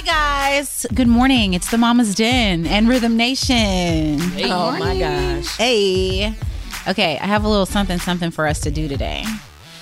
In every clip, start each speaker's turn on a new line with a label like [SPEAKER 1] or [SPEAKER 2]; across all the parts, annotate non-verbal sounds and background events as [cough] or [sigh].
[SPEAKER 1] guys. Good morning. It's the Mama's Den and Rhythm Nation.
[SPEAKER 2] Oh my gosh.
[SPEAKER 1] Hey. Okay, I have a little something something for us to do today.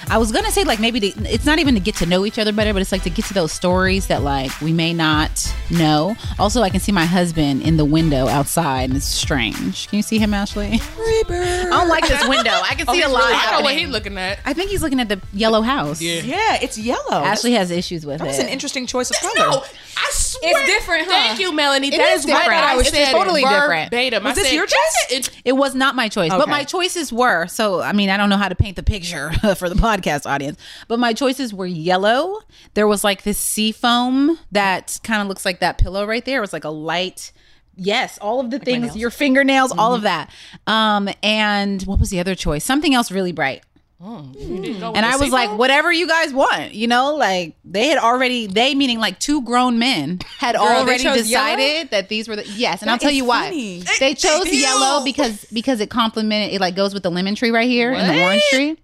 [SPEAKER 1] I was gonna say like maybe to, it's not even to get to know each other better, but it's like to get to those stories that like we may not know. Also, I can see my husband in the window outside, and it's strange. Can you see him, Ashley? I
[SPEAKER 2] Oh,
[SPEAKER 1] don't like this window. I
[SPEAKER 3] [laughs]
[SPEAKER 1] can see a lot.
[SPEAKER 3] Oh, I don't know what
[SPEAKER 1] happening.
[SPEAKER 3] he's looking at.
[SPEAKER 1] I think he's looking at the yellow house.
[SPEAKER 2] Yeah, it's yellow.
[SPEAKER 1] Ashley has issues with
[SPEAKER 2] That's
[SPEAKER 1] it.
[SPEAKER 2] an interesting choice of color.
[SPEAKER 3] No, I swear.
[SPEAKER 4] It's different, huh?
[SPEAKER 3] Thank you, Melanie.
[SPEAKER 4] It
[SPEAKER 3] that
[SPEAKER 4] is
[SPEAKER 3] is, what
[SPEAKER 4] different.
[SPEAKER 3] I
[SPEAKER 4] It's
[SPEAKER 3] said.
[SPEAKER 4] totally different.
[SPEAKER 3] Verbatim.
[SPEAKER 2] Was
[SPEAKER 3] I
[SPEAKER 2] this
[SPEAKER 3] said,
[SPEAKER 2] your choice?
[SPEAKER 3] "That's it."
[SPEAKER 1] It was not my choice, but
[SPEAKER 2] Okay.
[SPEAKER 1] my choices were. So, I mean, I don't know how to paint the picture [laughs] for the podcast audience, but my choices were yellow. There was like this sea foam that kind of looks like that pillow right there. It was like a light. Yes, all of the things, your fingernails, all of that. Um, and what was the other choice? Something else really bright.
[SPEAKER 3] You didn't go with
[SPEAKER 1] And
[SPEAKER 3] the
[SPEAKER 1] I was
[SPEAKER 3] sequel?
[SPEAKER 1] like, whatever you guys want, you know, like they had already, they meaning like two grown men had already
[SPEAKER 4] chose
[SPEAKER 1] decided that these were the yes. And I'll tell
[SPEAKER 2] is
[SPEAKER 1] you why
[SPEAKER 2] funny.
[SPEAKER 1] they chose
[SPEAKER 3] Ew.
[SPEAKER 1] yellow because because it complemented it like goes with the lemon tree right here and the orange tree.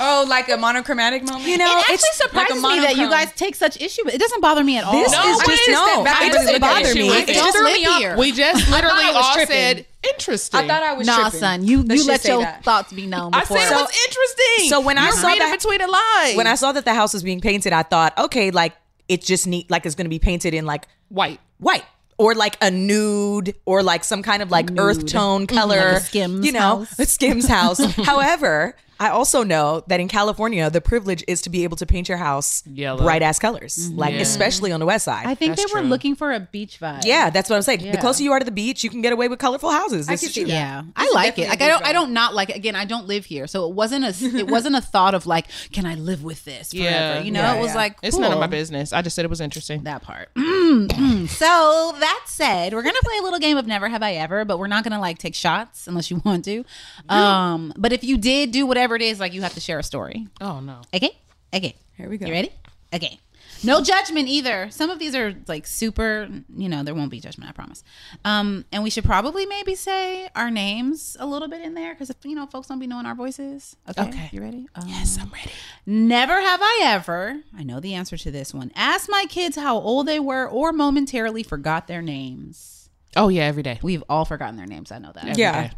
[SPEAKER 4] Oh, like a monochromatic moment.
[SPEAKER 2] You know,
[SPEAKER 1] It actually
[SPEAKER 2] it's
[SPEAKER 4] like a
[SPEAKER 1] surprises me that you
[SPEAKER 4] monochrome.
[SPEAKER 1] guys take such issue. with It It doesn't bother me at all.
[SPEAKER 2] This
[SPEAKER 3] No,
[SPEAKER 2] is
[SPEAKER 3] what
[SPEAKER 2] just
[SPEAKER 3] is
[SPEAKER 2] no.
[SPEAKER 3] that?
[SPEAKER 2] It
[SPEAKER 3] That
[SPEAKER 2] doesn't
[SPEAKER 3] doesn't
[SPEAKER 2] bother
[SPEAKER 3] issue
[SPEAKER 2] me.
[SPEAKER 3] with
[SPEAKER 2] It
[SPEAKER 3] it.
[SPEAKER 1] Don't
[SPEAKER 2] just
[SPEAKER 1] live
[SPEAKER 2] threw me off.
[SPEAKER 1] here.
[SPEAKER 3] We just literally
[SPEAKER 4] I was
[SPEAKER 3] all
[SPEAKER 4] tripping.
[SPEAKER 3] said interesting.
[SPEAKER 4] I thought I was
[SPEAKER 1] nah,
[SPEAKER 4] tripping.
[SPEAKER 1] son, you
[SPEAKER 4] Let's
[SPEAKER 1] you
[SPEAKER 4] just
[SPEAKER 1] let
[SPEAKER 4] say
[SPEAKER 1] your
[SPEAKER 4] that.
[SPEAKER 1] thoughts be known.
[SPEAKER 3] I
[SPEAKER 1] Before.
[SPEAKER 3] said it was interesting.
[SPEAKER 2] So when I
[SPEAKER 3] You're
[SPEAKER 2] saw
[SPEAKER 3] reading
[SPEAKER 2] that-
[SPEAKER 3] between the lines,
[SPEAKER 2] When I saw that the house was being painted, I thought, okay, like it just neat, like it's going to be painted in like
[SPEAKER 3] white,
[SPEAKER 2] white or like a nude or like some kind of like earth tone color.
[SPEAKER 1] Mm, like a Skims
[SPEAKER 2] you know,
[SPEAKER 1] house. [laughs]
[SPEAKER 2] a Skims house. However, I also know that in California, the privilege is to be able to paint your house
[SPEAKER 3] Yellow.
[SPEAKER 2] bright ass colors, like
[SPEAKER 3] Yeah.
[SPEAKER 2] especially on the west side.
[SPEAKER 1] Mm-hmm. I think they
[SPEAKER 3] That's
[SPEAKER 1] were
[SPEAKER 3] true.
[SPEAKER 1] looking for a beach vibe.
[SPEAKER 2] yeah, that's what I'm saying. The
[SPEAKER 1] Yeah.
[SPEAKER 2] closer you are to the beach, you can get away with colorful houses. This
[SPEAKER 4] can
[SPEAKER 2] is
[SPEAKER 4] see
[SPEAKER 2] true.
[SPEAKER 4] that.
[SPEAKER 1] Yeah, I
[SPEAKER 4] This is
[SPEAKER 1] like
[SPEAKER 4] definitely
[SPEAKER 1] it.
[SPEAKER 4] a
[SPEAKER 1] Like I don't,
[SPEAKER 4] good
[SPEAKER 1] I don't not like it. Again, I don't live here, so it wasn't a, it wasn't a thought of like, can I live with this forever?
[SPEAKER 3] Yeah.
[SPEAKER 1] you know,
[SPEAKER 2] Yeah,
[SPEAKER 1] it was
[SPEAKER 2] yeah.
[SPEAKER 1] like
[SPEAKER 3] it's none of my
[SPEAKER 1] cool.
[SPEAKER 3] business. I just said it was interesting.
[SPEAKER 1] That part. [clears throat] Mm. so that said, we're gonna play a little game of Never Have I Ever, but we're not gonna like take shots unless you want to. Um, but if you did do whatever it is, like you have to share a story.
[SPEAKER 3] Oh no.
[SPEAKER 1] Okay. Okay.
[SPEAKER 2] Here we go.
[SPEAKER 1] You ready? Okay. No judgment either. Some of these are like super, you know, there won't be judgment, I promise. Um, and we should probably maybe say our names a little bit in there because, you know, folks don't be knowing our voices. Okay.
[SPEAKER 3] Okay.
[SPEAKER 1] You ready? Um,
[SPEAKER 3] I'm ready.
[SPEAKER 1] Never have I ever, I know the answer to this one, asked my kids how old they were or momentarily forgot their names.
[SPEAKER 3] Oh yeah, every day.
[SPEAKER 1] We've all forgotten their names. I know that.
[SPEAKER 3] Every
[SPEAKER 2] Yeah.
[SPEAKER 3] day.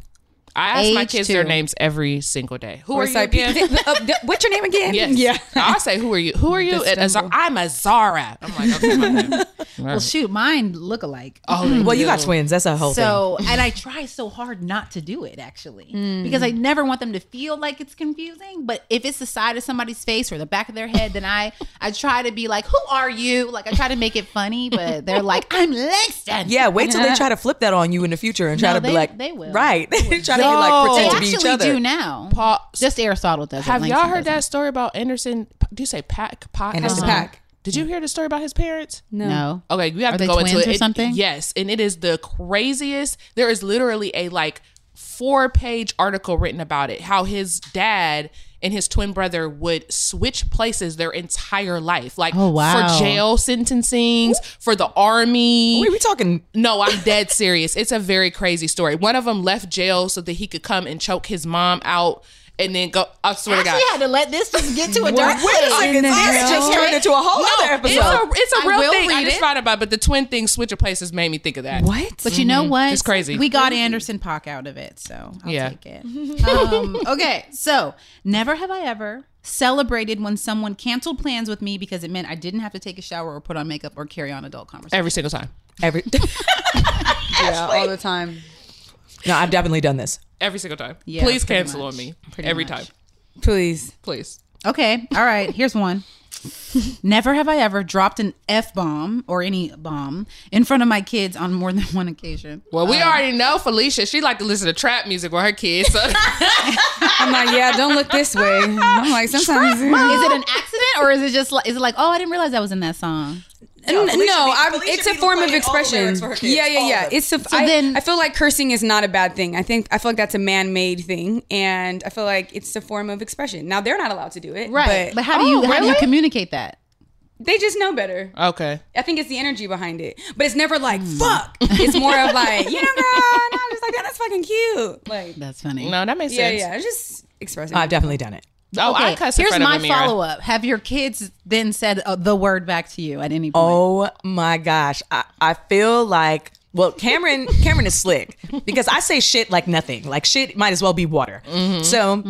[SPEAKER 3] I ask my
[SPEAKER 1] Age
[SPEAKER 3] kids their
[SPEAKER 1] two.
[SPEAKER 3] names every single day. Who are
[SPEAKER 4] Or
[SPEAKER 3] you
[SPEAKER 4] sorry,
[SPEAKER 2] [laughs]
[SPEAKER 3] again?
[SPEAKER 4] P- uh, d- what's your name again?
[SPEAKER 3] Yes.
[SPEAKER 4] Yeah.
[SPEAKER 3] I'll say, who are you? Who are you? And Azar- I'm a Zara. I'm like, okay, my bad.
[SPEAKER 1] Well, shoot, mine look alike.
[SPEAKER 3] Oh,
[SPEAKER 2] Well, you got twins. That's a whole thing. Hmm.
[SPEAKER 1] So, and I try so hard not to do it actually, because I never want them to feel like it's confusing. But if it's the side of somebody's face or the back of their head, then
[SPEAKER 2] [laughs]
[SPEAKER 1] I I try to be like, "Who are you?" Like I try to make it funny, but they're like, "I'm Langston."
[SPEAKER 2] Yeah, wait till
[SPEAKER 1] [laughs]
[SPEAKER 2] they try to flip that on you in the future and try
[SPEAKER 1] No,
[SPEAKER 2] to be
[SPEAKER 1] they-
[SPEAKER 2] like,
[SPEAKER 1] they will.
[SPEAKER 2] right? [laughs] try to be
[SPEAKER 3] Yo.
[SPEAKER 2] like
[SPEAKER 1] Oh, they
[SPEAKER 2] pretend to be
[SPEAKER 1] actually
[SPEAKER 2] each other.
[SPEAKER 1] do now.
[SPEAKER 3] Paul-
[SPEAKER 1] Just Aristotle does. it,
[SPEAKER 3] Have y'all
[SPEAKER 1] Langston
[SPEAKER 3] heard
[SPEAKER 1] doesn't.
[SPEAKER 3] that story about Anderson? Do you say Pack? Pac?
[SPEAKER 2] Anderson
[SPEAKER 3] Uh-huh.
[SPEAKER 2] Paak.
[SPEAKER 3] Did you hear the story about his parents?
[SPEAKER 1] No.
[SPEAKER 2] Oh,
[SPEAKER 3] Okay, you have
[SPEAKER 1] Are
[SPEAKER 3] to
[SPEAKER 1] they
[SPEAKER 3] go into
[SPEAKER 1] twins
[SPEAKER 3] it.
[SPEAKER 1] or
[SPEAKER 3] It-
[SPEAKER 1] something?
[SPEAKER 3] Yes, and it is the craziest. There is literally a like four page article written about it. How his dad and his twin brother would switch places their entire life, like
[SPEAKER 1] Oh, wow.
[SPEAKER 3] for jail sentencings, for the army.
[SPEAKER 2] Wait, we talking
[SPEAKER 3] [laughs] No, I'm dead serious. It's a very crazy story. One of them left jail so that he could come and choke his mom out and then go. I swear to
[SPEAKER 1] Actually,
[SPEAKER 3] God.
[SPEAKER 1] I had to let this just get to a dark
[SPEAKER 2] Wait a second,
[SPEAKER 1] place.
[SPEAKER 2] this just turned into a whole other
[SPEAKER 3] No, it's
[SPEAKER 2] episode.
[SPEAKER 3] a, it's a
[SPEAKER 1] I
[SPEAKER 3] real
[SPEAKER 1] will
[SPEAKER 3] thing. I
[SPEAKER 1] read
[SPEAKER 3] just
[SPEAKER 1] it.
[SPEAKER 3] found about it, but the twin thing, switch of places, made me think of that.
[SPEAKER 2] What?
[SPEAKER 1] But you know what?
[SPEAKER 3] Mm-hmm. It's crazy.
[SPEAKER 1] We
[SPEAKER 4] Mm-hmm.
[SPEAKER 1] got Anderson Pock out of it, so I'll
[SPEAKER 3] Yeah.
[SPEAKER 1] take
[SPEAKER 4] [laughs]
[SPEAKER 1] it. Um, okay, so never have I ever celebrated when someone canceled plans with me because it meant I didn't have to take a shower or put on makeup or carry on adult conversation.
[SPEAKER 3] Every single time.
[SPEAKER 2] Every, [laughs]
[SPEAKER 4] Yeah, all the time.
[SPEAKER 2] no, I've definitely done this.
[SPEAKER 3] Every single time.
[SPEAKER 1] Yeah,
[SPEAKER 3] Please
[SPEAKER 1] pretty
[SPEAKER 3] cancel
[SPEAKER 1] much.
[SPEAKER 3] on me.
[SPEAKER 1] Pretty
[SPEAKER 3] Every
[SPEAKER 1] much.
[SPEAKER 3] time.
[SPEAKER 4] Please.
[SPEAKER 3] Please.
[SPEAKER 1] Okay, all right. Here's
[SPEAKER 4] [laughs]
[SPEAKER 1] one. Never have I ever dropped an f bomb or any bomb in front of my kids on more than one occasion.
[SPEAKER 3] Well, we already know Felicia. She like to listen to trap music with her kids. So.
[SPEAKER 4] I'm like, yeah, don't look this way. I'm like, sometimes.
[SPEAKER 1] Is it an accident or is it just like is it like oh I didn't realize that was in that song?
[SPEAKER 4] no, I,
[SPEAKER 2] Felicia
[SPEAKER 4] it's a
[SPEAKER 2] be
[SPEAKER 4] form
[SPEAKER 2] playing
[SPEAKER 4] of
[SPEAKER 2] all the
[SPEAKER 4] expression.
[SPEAKER 2] lyrics for her kids,
[SPEAKER 4] Yeah, yeah,
[SPEAKER 2] all
[SPEAKER 4] yeah.
[SPEAKER 2] of it.
[SPEAKER 4] It's a. I-
[SPEAKER 1] then-
[SPEAKER 4] I feel like cursing is not a bad thing. I think I feel like that's a man-made thing, and I feel like it's a form of expression. Now they're not allowed to do it,
[SPEAKER 1] But, how do you
[SPEAKER 3] Oh,
[SPEAKER 1] how do you communicate that?
[SPEAKER 4] They just know better.
[SPEAKER 3] [laughs] okay.
[SPEAKER 4] I think it's the energy behind it, but it's never like
[SPEAKER 2] Hmm.
[SPEAKER 4] fuck. It's more
[SPEAKER 2] [laughs]
[SPEAKER 4] of like, you know, girl, and I'm just like, "Yeah, "Oh, that's fucking cute. Like,
[SPEAKER 1] That's funny.
[SPEAKER 3] No, that makes
[SPEAKER 4] yeah,
[SPEAKER 3] sense.
[SPEAKER 4] yeah, just expressing.
[SPEAKER 2] I've definitely done it.
[SPEAKER 3] Oh, I cuss in
[SPEAKER 1] here's
[SPEAKER 3] front of
[SPEAKER 1] my
[SPEAKER 3] a mirror.
[SPEAKER 1] follow up. Have your kids then said uh, the word back to you at any point? [laughs]
[SPEAKER 2] Oh my gosh. I, I feel like well, Cameron Cameron is slick because I say shit like nothing. Like shit might as well be water.
[SPEAKER 4] Mm-hmm.
[SPEAKER 2] So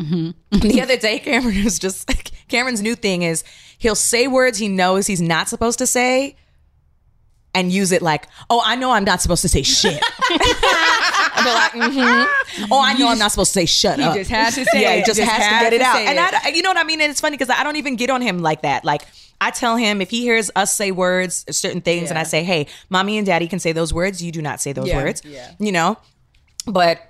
[SPEAKER 2] the other day Cameron was just like Cameron's new thing is he'll say words he knows he's not supposed to say and use it like, "Oh, I know I'm not supposed to say shit." [laughs] I'll be like, "Mhm. "Oh, I know I'm not supposed to say shut up."
[SPEAKER 4] just had to say
[SPEAKER 2] yeah,
[SPEAKER 4] it.
[SPEAKER 2] he just,
[SPEAKER 4] Just
[SPEAKER 2] has
[SPEAKER 4] had
[SPEAKER 2] to get it
[SPEAKER 4] to
[SPEAKER 2] out.
[SPEAKER 4] say
[SPEAKER 2] And
[SPEAKER 4] it.
[SPEAKER 2] I, I- you know what I mean? And it's funny because I don't even get on him like that. Like I tell him if he hears us say words, certain things, and I say, "Hey, mommy and daddy can say those words. You do not say those
[SPEAKER 4] Yeah,
[SPEAKER 2] words."
[SPEAKER 4] yeah.
[SPEAKER 2] You know, but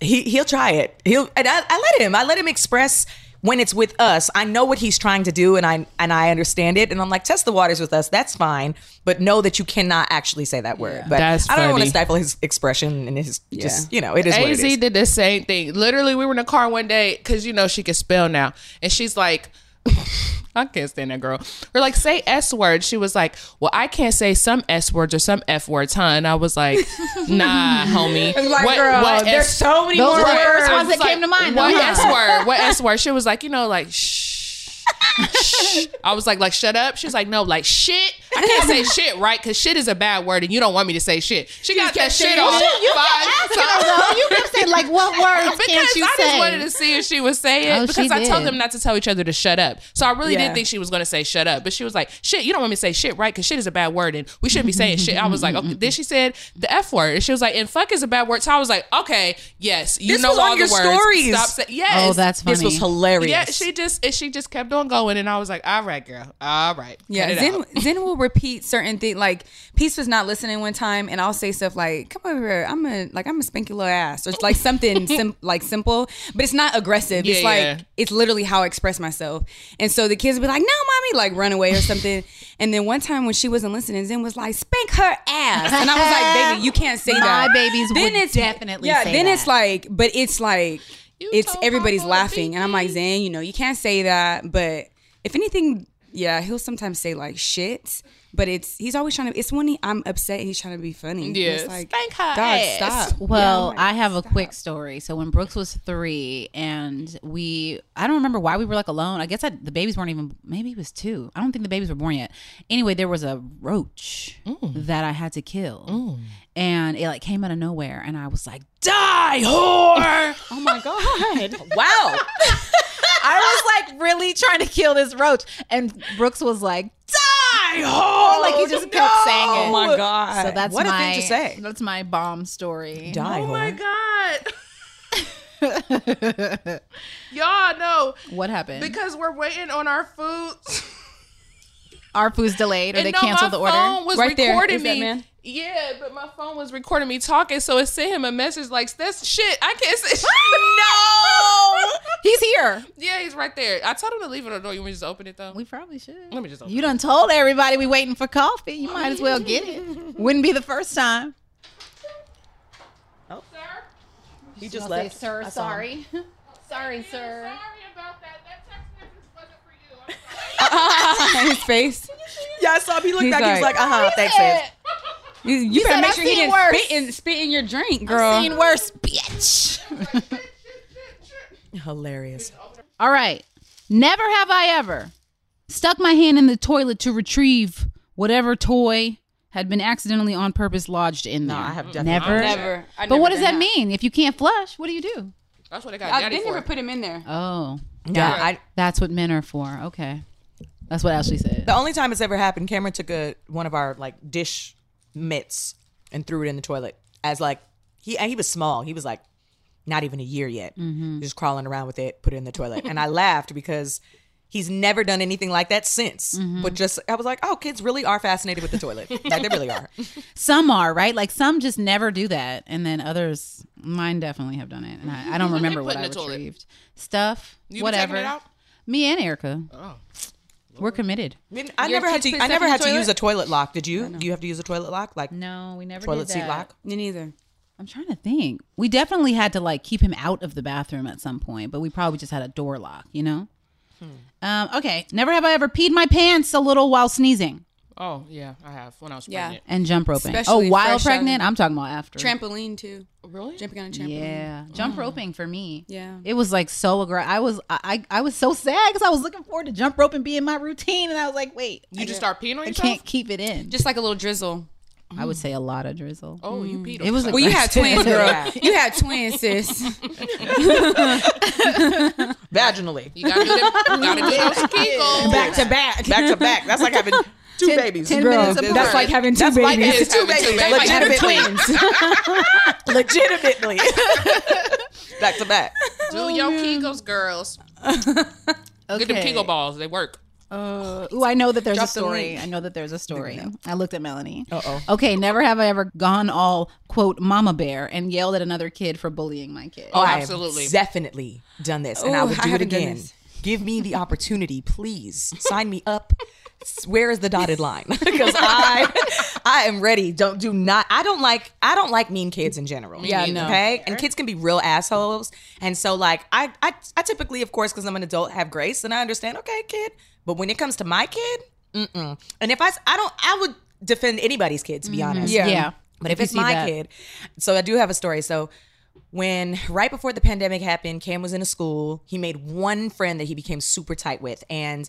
[SPEAKER 2] he he'll try it. He'll and I, I let him. I let him express when it's with us. I know what he's trying to do, and I and I understand it. And I'm like, test the waters with us. That's fine, but know that you cannot actually say that word. But
[SPEAKER 3] That's
[SPEAKER 2] I don't want
[SPEAKER 3] funny.
[SPEAKER 2] to stifle his expression and his just you know it is what it
[SPEAKER 3] AZ
[SPEAKER 2] is.
[SPEAKER 3] did the same thing. Literally, we were in a car one day because you know she can spell now, and she's like. [laughs] I can't stand that girl. We're like, say S words. She was like, Well, I can't say some S words or some F words, huh? And I was
[SPEAKER 4] [laughs]
[SPEAKER 3] like, Nah, homie.
[SPEAKER 4] like, girl, there's so many
[SPEAKER 1] Those
[SPEAKER 4] more
[SPEAKER 1] were the
[SPEAKER 4] words.
[SPEAKER 1] first
[SPEAKER 3] I
[SPEAKER 1] ones
[SPEAKER 3] was
[SPEAKER 1] that came to
[SPEAKER 3] like,
[SPEAKER 1] mind.
[SPEAKER 3] What
[SPEAKER 1] though, huh?
[SPEAKER 3] S word? What S word? She was like, you know, like shh. shh. I was like, like shut up. She was like, no, like shit. I can't say shit, right? Because shit is a bad word, and you don't want me to say shit. She, got that
[SPEAKER 4] kept
[SPEAKER 3] shit
[SPEAKER 4] saying
[SPEAKER 3] on
[SPEAKER 4] shit.
[SPEAKER 3] five times.
[SPEAKER 1] So you kept saying like, what words
[SPEAKER 3] [laughs] Because
[SPEAKER 1] can't you
[SPEAKER 3] I
[SPEAKER 1] say?
[SPEAKER 3] just wanted to see if she would say it.
[SPEAKER 1] Oh, she
[SPEAKER 3] because I told
[SPEAKER 1] did.
[SPEAKER 3] them not to tell each other to shut up. So I really
[SPEAKER 4] Yeah.
[SPEAKER 3] didn't think she was going to say shut up. But she was like, shit, you don't want me to say shit, right? Because shit is a bad word and we shouldn't be saying shit. I was like, okay. Then she said the F word. And she was like, and fuck is a bad word. So I was like, okay, yes, you
[SPEAKER 2] This
[SPEAKER 3] know
[SPEAKER 2] was
[SPEAKER 3] all
[SPEAKER 2] on your
[SPEAKER 3] the words.
[SPEAKER 2] stories.
[SPEAKER 3] Stop saying, yes.
[SPEAKER 1] oh, that's funny.
[SPEAKER 2] This was hilarious.
[SPEAKER 3] Yeah, she just and she just kept on going, and I was like, "All right, girl, all right."
[SPEAKER 4] Yeah,
[SPEAKER 3] Cut it
[SPEAKER 4] Zen,
[SPEAKER 3] out.
[SPEAKER 4] Zen will repeat certain things. Like Peace was not listening one time, and I'll say stuff like, "Come over here, I'm a like I'm a spank your little ass," or it's like
[SPEAKER 3] [laughs]
[SPEAKER 4] something sim- like simple, but it's not aggressive. it's
[SPEAKER 3] Yeah,
[SPEAKER 4] like
[SPEAKER 3] yeah.
[SPEAKER 4] it's literally how I express myself. And so the kids would be like, "No, mommy," like run away or something. [laughs] and then one time when she wasn't listening, Zen was like, "Spank her ass," and I was like, "Baby, you
[SPEAKER 3] [laughs]
[SPEAKER 4] can't say
[SPEAKER 1] My
[SPEAKER 4] that."
[SPEAKER 1] babies would
[SPEAKER 4] Then it's-
[SPEAKER 1] definitely
[SPEAKER 4] yeah.
[SPEAKER 1] say
[SPEAKER 4] then
[SPEAKER 1] that.
[SPEAKER 4] it's like, but it's like
[SPEAKER 3] You
[SPEAKER 4] it's
[SPEAKER 3] told my
[SPEAKER 4] everybody's
[SPEAKER 3] mama to
[SPEAKER 4] laughing,
[SPEAKER 3] beat
[SPEAKER 4] and I'm like, Zen, you know, you can't say that, but if anything, yeah, he'll sometimes say like shit, but it's he's always trying to. It's when he, I'm upset and he's trying to be funny. And
[SPEAKER 3] Yes.
[SPEAKER 4] it's like,
[SPEAKER 3] Spank her
[SPEAKER 4] God,
[SPEAKER 1] [laughs]
[SPEAKER 3] ass."
[SPEAKER 4] stop.
[SPEAKER 1] Well, I have a quick story. So when Brooks was three, and we, I don't remember why we were like alone. I guess I, the babies weren't even. Maybe it was two. I don't think the babies were born yet. Anyway, there was a roach
[SPEAKER 3] Mm.
[SPEAKER 1] that I had to kill, and it like came out of nowhere, and I
[SPEAKER 3] [laughs]
[SPEAKER 1] was like,
[SPEAKER 3] Die, [laughs] whore!
[SPEAKER 2] oh my god!
[SPEAKER 1] "Wow!" I was like really trying to kill this roach, and Brooks was like, "Die, whore!" Oh, Like he just kept saying it.
[SPEAKER 2] Oh my [laughs] god!
[SPEAKER 1] So that's
[SPEAKER 2] what
[SPEAKER 1] my, Oh
[SPEAKER 2] a thing to say.
[SPEAKER 1] That's my bomb story.
[SPEAKER 2] Die,
[SPEAKER 3] oh my
[SPEAKER 2] whore.
[SPEAKER 3] god, Oh
[SPEAKER 1] [laughs]
[SPEAKER 3] y'all know
[SPEAKER 1] What happened?
[SPEAKER 3] because we're waiting on our food.
[SPEAKER 1] our food's delayed, or
[SPEAKER 3] And
[SPEAKER 1] they
[SPEAKER 3] no,
[SPEAKER 1] canceled
[SPEAKER 3] my
[SPEAKER 1] the order.
[SPEAKER 3] Phone was
[SPEAKER 4] Right there.
[SPEAKER 3] recording
[SPEAKER 4] Is that
[SPEAKER 3] me.
[SPEAKER 4] man?
[SPEAKER 3] Yeah, but my phone was recording me talking, so it sent him a message like, "That's shit. I can't say."
[SPEAKER 1] [laughs] He's here.
[SPEAKER 3] no. [laughs] yeah, he's right there. I told him to leave it on the door. You want me to just open it though?
[SPEAKER 1] We probably should.
[SPEAKER 3] Let me just open.
[SPEAKER 1] You done told everybody we waiting for coffee. You might as well get [laughs] it. Wouldn't be the first time.
[SPEAKER 3] it. Sir,
[SPEAKER 2] He just
[SPEAKER 1] I'll say,
[SPEAKER 2] left.
[SPEAKER 1] sir,
[SPEAKER 2] I saw him.
[SPEAKER 1] sorry. [laughs] sorry, sir.
[SPEAKER 3] sorry about that. That text message wasn't for you. I'm sorry.
[SPEAKER 4] his face.
[SPEAKER 2] Yeah, I saw him. He looked
[SPEAKER 4] He's
[SPEAKER 2] back. he was
[SPEAKER 4] like-
[SPEAKER 2] like, uh huh, thanks, sis.
[SPEAKER 4] You, you better
[SPEAKER 1] said,
[SPEAKER 4] make
[SPEAKER 1] "I've
[SPEAKER 4] sure he
[SPEAKER 1] seen
[SPEAKER 4] didn't
[SPEAKER 1] worse."
[SPEAKER 4] spit in spit in your drink, girl.
[SPEAKER 1] Seen worse, bitch. [laughs]
[SPEAKER 2] Hilarious.
[SPEAKER 1] All right. Never have I ever stuck my hand in the toilet to retrieve whatever toy had been accidentally on purpose lodged in there. No, I
[SPEAKER 2] have definitely-
[SPEAKER 1] never.
[SPEAKER 4] Never. I
[SPEAKER 1] But
[SPEAKER 4] never
[SPEAKER 1] what does
[SPEAKER 4] done
[SPEAKER 1] that mean? If you can't flush, what do you do?
[SPEAKER 3] That's what I got.
[SPEAKER 4] I,
[SPEAKER 3] daddy
[SPEAKER 4] they
[SPEAKER 3] for.
[SPEAKER 4] never put him in there.
[SPEAKER 1] Oh,
[SPEAKER 2] Yeah, I,
[SPEAKER 1] that's what men are for. Okay. That's what Ashley said.
[SPEAKER 2] the only time it's ever happened, Cameron took a one of our like dish mitts and threw it in the toilet as like he and he was small. He was like not even a year yet,
[SPEAKER 1] Mm-hmm.
[SPEAKER 2] just crawling around with it, put it in the toilet,
[SPEAKER 1] [laughs]
[SPEAKER 2] and I laughed because. He's never done anything like that since.
[SPEAKER 1] Mm-hmm.
[SPEAKER 2] But just, I was like, oh, kids really are fascinated with the toilet. Like, they really are.
[SPEAKER 1] some are right like some just never do that and then others mine definitely have done it and i, I [laughs] don't remember
[SPEAKER 3] put
[SPEAKER 1] what
[SPEAKER 3] in
[SPEAKER 1] i
[SPEAKER 3] the toilet?
[SPEAKER 1] retrieved stuff
[SPEAKER 3] You be
[SPEAKER 1] whatever
[SPEAKER 3] taking it out?
[SPEAKER 1] me and erica
[SPEAKER 3] Oh.
[SPEAKER 1] we're committed
[SPEAKER 2] I, mean, I
[SPEAKER 4] Your
[SPEAKER 2] never had
[SPEAKER 4] kids
[SPEAKER 2] to.
[SPEAKER 4] put
[SPEAKER 2] I never
[SPEAKER 4] stuff in
[SPEAKER 2] had
[SPEAKER 4] the
[SPEAKER 2] to
[SPEAKER 4] toilet?
[SPEAKER 2] use a toilet lock. Did you? Do you have to use a toilet lock, like
[SPEAKER 1] no we never
[SPEAKER 2] toilet seat lock?
[SPEAKER 4] Me neither.
[SPEAKER 1] i'm trying to think we definitely had to like keep him out of the bathroom at some point but we probably just had a door Hmm. lock you know um, okay never have i ever peed my pants a little while sneezing
[SPEAKER 3] Oh yeah, I have when I was
[SPEAKER 4] Yeah.
[SPEAKER 3] pregnant.
[SPEAKER 1] and jump roping.
[SPEAKER 4] Especially
[SPEAKER 1] oh, while
[SPEAKER 4] fresh out of-
[SPEAKER 1] pregnant, I'm talking about after.
[SPEAKER 4] Trampoline too.
[SPEAKER 3] Really?
[SPEAKER 4] Jumping on a trampoline.
[SPEAKER 1] yeah,
[SPEAKER 2] Mm.
[SPEAKER 1] jump roping for me.
[SPEAKER 4] Yeah.
[SPEAKER 1] it was like so aggressive. I was I I I was so sad because I was looking forward to jump roping being my routine, and I was like, wait,
[SPEAKER 3] You just start peeing
[SPEAKER 1] I
[SPEAKER 3] on yourself.
[SPEAKER 1] can't keep it in.
[SPEAKER 4] [laughs] Just like a little drizzle.
[SPEAKER 1] I would say a lot of drizzle.
[SPEAKER 3] Oh, you peed.
[SPEAKER 1] Mm. It was
[SPEAKER 3] like
[SPEAKER 1] a- [laughs]
[SPEAKER 4] Well, you [laughs] had twins, girl.
[SPEAKER 2] Yeah.
[SPEAKER 4] You had twins, sis.
[SPEAKER 2] Vaginally.
[SPEAKER 3] you gotta do them, you gotta
[SPEAKER 1] [laughs]
[SPEAKER 3] do those kegels.
[SPEAKER 2] Back to back. Back to back. That's like having two babies.
[SPEAKER 1] ten Girl, minutes
[SPEAKER 2] That's
[SPEAKER 1] apart.
[SPEAKER 2] like having two
[SPEAKER 3] babies.
[SPEAKER 2] That's two
[SPEAKER 3] Having two
[SPEAKER 2] babies.
[SPEAKER 3] babies.
[SPEAKER 2] Legitimately.
[SPEAKER 4] [laughs]
[SPEAKER 2] Legitimately. back to back.
[SPEAKER 3] Do your kegels, girls. Get them
[SPEAKER 1] Okay.
[SPEAKER 3] kegel balls. They work.
[SPEAKER 1] Uh, ooh, I know that there's a
[SPEAKER 2] Oh, Drop the
[SPEAKER 1] story.
[SPEAKER 2] link.
[SPEAKER 1] I know that there's a story. I looked at Melanie.
[SPEAKER 2] Uh-oh.
[SPEAKER 1] Okay, never have I ever gone all quote mama bear and yelled at another kid for bullying my kid.
[SPEAKER 3] Oh,
[SPEAKER 2] I have
[SPEAKER 3] absolutely.
[SPEAKER 2] definitely done this, and I
[SPEAKER 4] Ooh,
[SPEAKER 2] would
[SPEAKER 4] I
[SPEAKER 2] do it
[SPEAKER 4] haven't done
[SPEAKER 2] again.
[SPEAKER 4] this.
[SPEAKER 2] Give me the opportunity, please. Sign me up. S- Where is the dotted line? [laughs]
[SPEAKER 4] [laughs]
[SPEAKER 2] Because I, I am ready. Don't do not. I don't like. I don't like mean kids in general.
[SPEAKER 4] Yeah, no.
[SPEAKER 2] Okay, and kids can be real assholes, and so like I, I, I typically, of course, because I'm an adult, have grace, and I understand. Okay, kid, but when it comes to my kid, mm-mm. and if I, s- I don't, I would defend anybody's kid to be honest.
[SPEAKER 4] Yeah.
[SPEAKER 1] yeah.
[SPEAKER 2] But if,
[SPEAKER 1] you
[SPEAKER 2] it's
[SPEAKER 1] see
[SPEAKER 2] my
[SPEAKER 1] that.
[SPEAKER 2] kid, so I do have a story. So when right before the pandemic happened, Cam was in a school. He made one friend that he became super tight with, and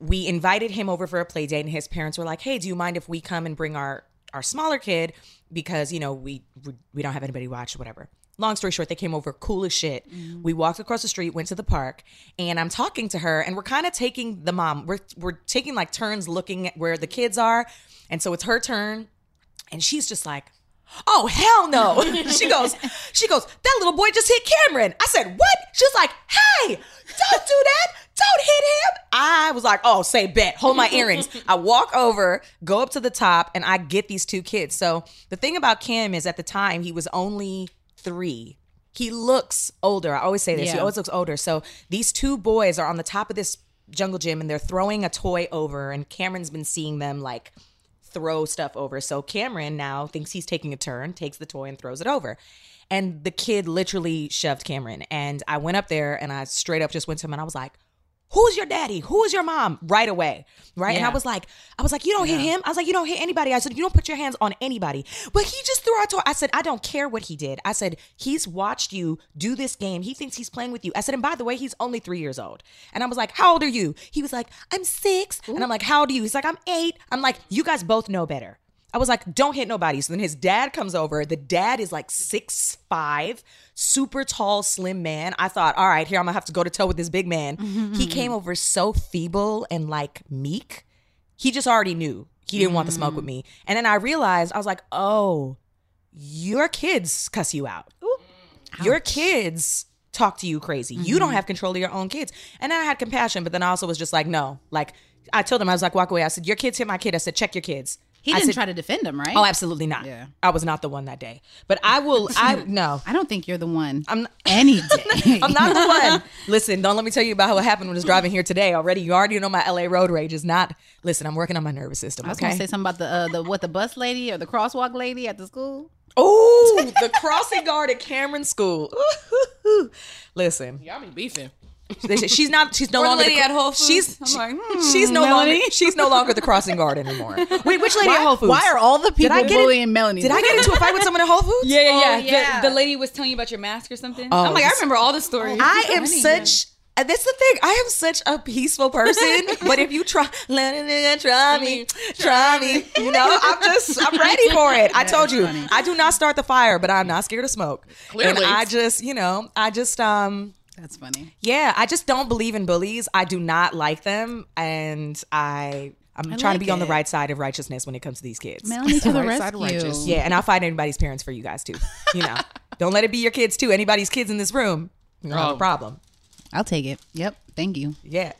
[SPEAKER 2] we invited him over for a play date. And his parents were like, "Hey, do you mind if we come and bring our our smaller kid because you know we we, we don't have anybody to watch or whatever." Long story short, they came over cool as shit. We walked across the street, went to the park, and I'm talking to her, and we're kind of taking the mom. We're we're taking like turns looking at where the kids are, and so it's her turn and she's just like oh hell no she goes she goes that little boy just hit cameron i said what she's like hey don't do that don't hit him i was like oh say bet hold my earrings i walk over go up to the top and i get these two kids so the thing about kim is at the time he was only three he looks older i always say this he
[SPEAKER 1] Yeah.
[SPEAKER 2] always looks older so these two boys are on the top of this jungle gym and they're throwing a toy over and cameron's been seeing them like throw stuff over. So Cameron now thinks he's taking a turn, takes the toy and throws it over. And the kid literally shoved Cameron. And I went up there and I straight up just went to him and I was like, Who's your daddy? Who is your mom? Right away. Right. And I
[SPEAKER 1] Yeah.
[SPEAKER 2] was like, I was like, you don't hit him. I was like, you don't hit anybody. I said, you don't put your hands on anybody. But he just threw out toy. I said, I don't care what he did. I said, he's watched you do this game. He thinks he's playing with you. I said, and by the way, he's only three years old. And I was like, how old are you? He was like, I'm six. And I'm like, how old are you? He's like, I'm eight. I'm like, you guys both know better. I was like, don't hit nobody. So then his dad comes over. The dad is like six five, super tall, slim man. I thought, all right, here I'm gonna have to go to toe with this big man. he came over so feeble and like meek. He just already knew he didn't want the smoke with me. And then I realized I was like, oh, your kids cuss you out. Your kids talk to you crazy. You
[SPEAKER 4] Mm-hmm.
[SPEAKER 2] don't have control of your own kids. And then I had compassion, but then I also was just like, no. Like I told him, I was like, walk away. I said, your kids hit my kid. I said, check your kids.
[SPEAKER 1] He
[SPEAKER 2] I
[SPEAKER 1] didn't
[SPEAKER 2] said,
[SPEAKER 1] try to defend him, right?
[SPEAKER 2] Oh, absolutely not.
[SPEAKER 1] Yeah.
[SPEAKER 2] I was not the one that day. But I will I
[SPEAKER 4] [laughs]
[SPEAKER 2] no.
[SPEAKER 1] I don't think you're the one.
[SPEAKER 2] [laughs] I'm
[SPEAKER 1] any day.
[SPEAKER 2] I'm not the one.
[SPEAKER 4] [laughs]
[SPEAKER 2] Listen, don't let me tell you about what happened when I was driving here today already. You already know my LA road rage is not listen, I'm working on my nervous system.
[SPEAKER 1] I was
[SPEAKER 2] Okay.
[SPEAKER 1] gonna say something about the uh, the what the bus lady or the crosswalk lady at the school.
[SPEAKER 2] oh, the crossing guard at Cameron School. Ooh-hoo-hoo. Listen.
[SPEAKER 3] Y'all be beefing.
[SPEAKER 2] They said she's not. She's no
[SPEAKER 4] Or the
[SPEAKER 2] longer
[SPEAKER 4] lady at Whole Foods.
[SPEAKER 2] She's
[SPEAKER 4] I'm
[SPEAKER 2] she-
[SPEAKER 4] like, hmm,
[SPEAKER 2] she's no
[SPEAKER 1] Melanie.
[SPEAKER 2] longer she's no longer the crossing guard anymore. [laughs] Wait, which lady at Whole Foods?
[SPEAKER 1] Why are all the people
[SPEAKER 2] get in-
[SPEAKER 1] bullying Melanie?
[SPEAKER 2] Did I get into a fight with someone at Whole Foods?
[SPEAKER 4] Yeah, yeah, yeah.
[SPEAKER 1] Oh, yeah.
[SPEAKER 4] The, the lady was telling you about your mask or something.
[SPEAKER 2] Oh,
[SPEAKER 4] I'm like, I
[SPEAKER 2] this-
[SPEAKER 4] remember all the stories.
[SPEAKER 2] I am such. and That's the thing. I am such a peaceful
[SPEAKER 1] [laughs]
[SPEAKER 2] person. but if you try, [laughs] let it in, try me, try me. You know, I'm just, I'm ready for it. I told you, I do not start the fire, but I'm not scared of smoke.
[SPEAKER 3] Clearly.
[SPEAKER 2] and I just, you know, I just, um,
[SPEAKER 1] That's funny.
[SPEAKER 2] yeah, I just don't believe in bullies. I do not like them, and I, I'm trying to
[SPEAKER 1] like
[SPEAKER 2] be on the
[SPEAKER 1] it.
[SPEAKER 2] right side of righteousness when it comes to these
[SPEAKER 1] [laughs]
[SPEAKER 2] kids.
[SPEAKER 1] Melanie to the
[SPEAKER 3] Right side of righteous.
[SPEAKER 1] rescue.
[SPEAKER 2] Yeah, and I'll fight anybody's parents for you guys too. You know, don't let it be your kids too. Anybody's kids in this room, you have
[SPEAKER 3] Oh.
[SPEAKER 2] a problem.
[SPEAKER 1] I'll take it. Yep. Thank you.
[SPEAKER 2] Yeah.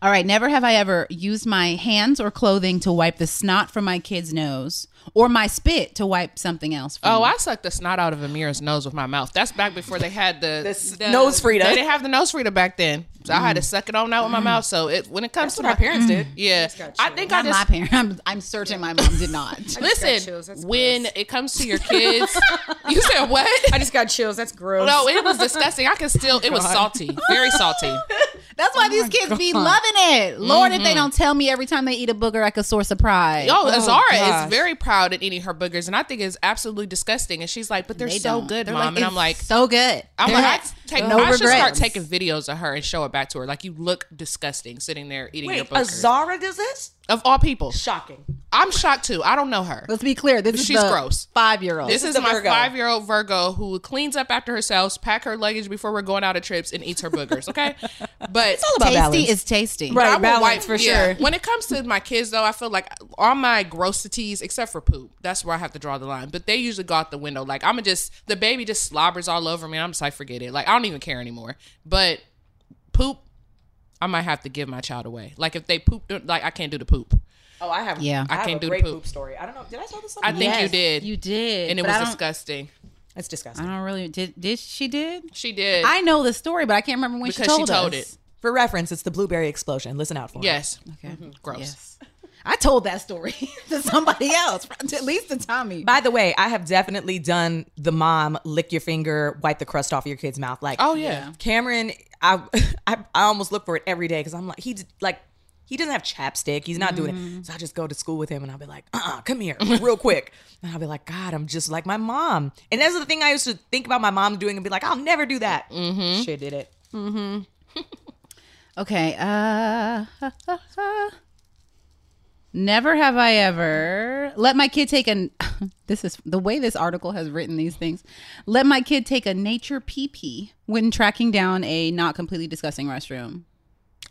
[SPEAKER 1] All right. Never have I ever used my hands or clothing to wipe the snot from my kid's nose or my spit to wipe something else. From
[SPEAKER 3] Oh, I sucked the snot out of Amira's nose with my mouth. That's back before they had the,
[SPEAKER 2] This nose Frida.
[SPEAKER 3] They didn't have the nose Frida back then, so I had to suck it on out with my mouth. So it when it comes to
[SPEAKER 2] what
[SPEAKER 3] my
[SPEAKER 2] our parents did.
[SPEAKER 3] yeah, I think I
[SPEAKER 1] Not
[SPEAKER 3] just
[SPEAKER 1] my parent. I'm, I'm certain my mom did
[SPEAKER 3] [laughs]
[SPEAKER 1] not. [laughs]
[SPEAKER 4] got chills.
[SPEAKER 3] listen
[SPEAKER 4] That's
[SPEAKER 3] when it comes to your kids. you said what?
[SPEAKER 4] I just got chills. That's gross.
[SPEAKER 3] No, it was disgusting. I can still. It was salty, very salty.
[SPEAKER 1] That's why
[SPEAKER 3] Oh
[SPEAKER 1] these kids be loving it. Lord, if they don't tell me every time they eat a Oh, booger, I could source a pride.
[SPEAKER 3] Mm-hmm. Yo, Azara
[SPEAKER 4] gosh.
[SPEAKER 3] is very proud at eating her boogers, and I think it's absolutely disgusting. And she's like, "But they're
[SPEAKER 1] They
[SPEAKER 3] so
[SPEAKER 1] don't.
[SPEAKER 3] good,
[SPEAKER 1] They're
[SPEAKER 3] mom." and
[SPEAKER 1] "It's
[SPEAKER 3] I'm like,
[SPEAKER 1] so good.
[SPEAKER 3] I'm like, I, take,
[SPEAKER 1] no
[SPEAKER 3] I should start
[SPEAKER 1] regrets.
[SPEAKER 3] taking videos of her and show it back to her. Like, you look disgusting sitting there eating your
[SPEAKER 2] Wait,
[SPEAKER 3] boogers.
[SPEAKER 2] Azara does this?
[SPEAKER 3] of all people,
[SPEAKER 2] Shocking.
[SPEAKER 3] I'm shocked too. I don't know her.
[SPEAKER 1] Let's be clear. This is
[SPEAKER 3] She's
[SPEAKER 1] the
[SPEAKER 3] gross.
[SPEAKER 1] Five-year-old.
[SPEAKER 3] This
[SPEAKER 2] is
[SPEAKER 3] is
[SPEAKER 2] the
[SPEAKER 3] my
[SPEAKER 2] Virgo.
[SPEAKER 3] five year old Virgo who cleans up after herself, pack her luggage before we're going out on trips, and eats her boogers. Okay, but it's all
[SPEAKER 1] tasty
[SPEAKER 2] balance.
[SPEAKER 1] is tasty.
[SPEAKER 2] Right. balance
[SPEAKER 4] for sure.
[SPEAKER 3] When it comes to my kids, though, I feel like all my grossities, except for poop, that's where I have to draw the line. But they usually go out the window. Like I'm just the baby just slobbers all over me. and I'm just like, forget it. Like I don't even care anymore. But poop, I might have to give my child away. Like if they poop, like I can't do the poop.
[SPEAKER 2] Oh, I have.
[SPEAKER 1] Yeah.
[SPEAKER 2] I,
[SPEAKER 3] I
[SPEAKER 2] have
[SPEAKER 3] can't
[SPEAKER 2] a
[SPEAKER 3] do
[SPEAKER 2] great
[SPEAKER 3] poop.
[SPEAKER 2] poop. story. I don't know. Did I tell this?
[SPEAKER 3] I
[SPEAKER 2] on-
[SPEAKER 3] think you did.
[SPEAKER 1] You did.
[SPEAKER 3] and it
[SPEAKER 1] but I
[SPEAKER 3] was
[SPEAKER 1] don't-
[SPEAKER 3] disgusting.
[SPEAKER 1] I
[SPEAKER 2] It's disgusting.
[SPEAKER 1] don't really did. Did she did?
[SPEAKER 3] She did.
[SPEAKER 1] I know the story, but I can't remember when she
[SPEAKER 3] Because she
[SPEAKER 1] told
[SPEAKER 3] told
[SPEAKER 1] us.
[SPEAKER 3] it.
[SPEAKER 2] For reference, it's the blueberry explosion. Listen out for it.
[SPEAKER 3] yes.
[SPEAKER 1] Okay.
[SPEAKER 3] Mm-hmm. Gross.
[SPEAKER 1] Yes. I told that story [laughs] to somebody else, [laughs] to- at least to Tommy.
[SPEAKER 2] By the way, I have definitely done the mom lick your finger, wipe the crust off your kid's mouth. Like,
[SPEAKER 3] Oh yeah.
[SPEAKER 2] Cameron, I, [laughs] I I almost look for it every day because I'm like he d- like he doesn't have chapstick. He's not doing
[SPEAKER 3] Mm-hmm.
[SPEAKER 2] it. So I just go to school with him and I'll be like, uh, uh come here, [laughs] real quick. And I'll be like, God, I'm just like my mom. And that's the thing I used to think about my mom doing and be like, I'll never do that. Mm-hmm. She did it.
[SPEAKER 1] Okay. Uh, never have I ever let my kid take an. [laughs] This is the way this article has written these things. Let my kid take a nature pee pee when tracking down a not completely disgusting restroom.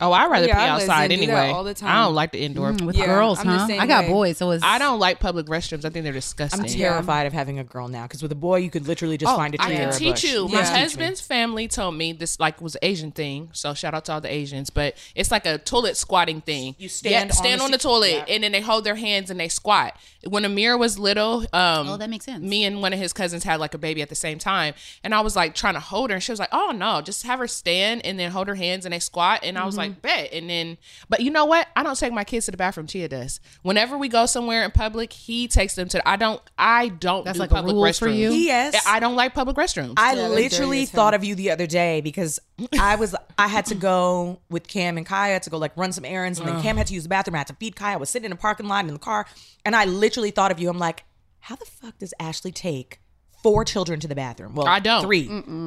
[SPEAKER 3] Oh, I'd rather
[SPEAKER 4] Yeah,
[SPEAKER 3] pee
[SPEAKER 4] I listen,
[SPEAKER 3] outside
[SPEAKER 4] do that
[SPEAKER 3] anyway.
[SPEAKER 4] all the
[SPEAKER 3] I
[SPEAKER 4] time.
[SPEAKER 3] don't like the indoor.
[SPEAKER 1] With
[SPEAKER 4] Yeah,
[SPEAKER 1] girls,
[SPEAKER 4] I'm the
[SPEAKER 1] huh?
[SPEAKER 4] same
[SPEAKER 1] I got
[SPEAKER 4] way.
[SPEAKER 1] boys, so it's.
[SPEAKER 3] I don't like public restrooms. I think they're disgusting.
[SPEAKER 2] I'm terrified of having a girl now because with a boy, you could literally just find a tree
[SPEAKER 3] Oh, I
[SPEAKER 2] or
[SPEAKER 3] can
[SPEAKER 2] a
[SPEAKER 3] teach
[SPEAKER 2] bush.
[SPEAKER 3] you.
[SPEAKER 4] Yeah.
[SPEAKER 3] My
[SPEAKER 4] Teach me.
[SPEAKER 3] husband's family told me this like was an Asian thing. So shout out to all the Asians, but it's like a toilet squatting thing.
[SPEAKER 2] You stand on
[SPEAKER 3] stand
[SPEAKER 2] the
[SPEAKER 3] on the
[SPEAKER 2] seat.
[SPEAKER 3] toilet,
[SPEAKER 2] Yeah.
[SPEAKER 3] and then they hold their hands and they squat. When Amir was little, um,
[SPEAKER 1] Oh, that makes sense.
[SPEAKER 3] Me and one of his cousins had like a baby at the same time, and I was like trying to hold her, and she was like, "Oh no, just have her stand and then hold her hands and they squat." And I was
[SPEAKER 1] Mm-hmm.
[SPEAKER 3] like, "Bet." And then, but you know what? I don't take my kids to the bathroom. Tia does. Whenever we go somewhere in public, he takes them to. I don't. I don't.
[SPEAKER 1] That's
[SPEAKER 3] do
[SPEAKER 1] like a
[SPEAKER 3] public
[SPEAKER 1] rule
[SPEAKER 3] restrooms.
[SPEAKER 1] for you?
[SPEAKER 2] Yes.
[SPEAKER 3] I don't like public restrooms.
[SPEAKER 2] I
[SPEAKER 4] Yeah, they're dirty
[SPEAKER 2] literally
[SPEAKER 4] as hell.
[SPEAKER 2] thought of you the other day because I was I had to go with Cam and Kaya to go like run some errands, and then Cam had to use the bathroom. I had to feed Kaya. I was sitting in a parking lot in the car, and I literally thought of you. I'm like, how the fuck does Ashley take four children to the bathroom? Well,
[SPEAKER 3] I don't.
[SPEAKER 2] 3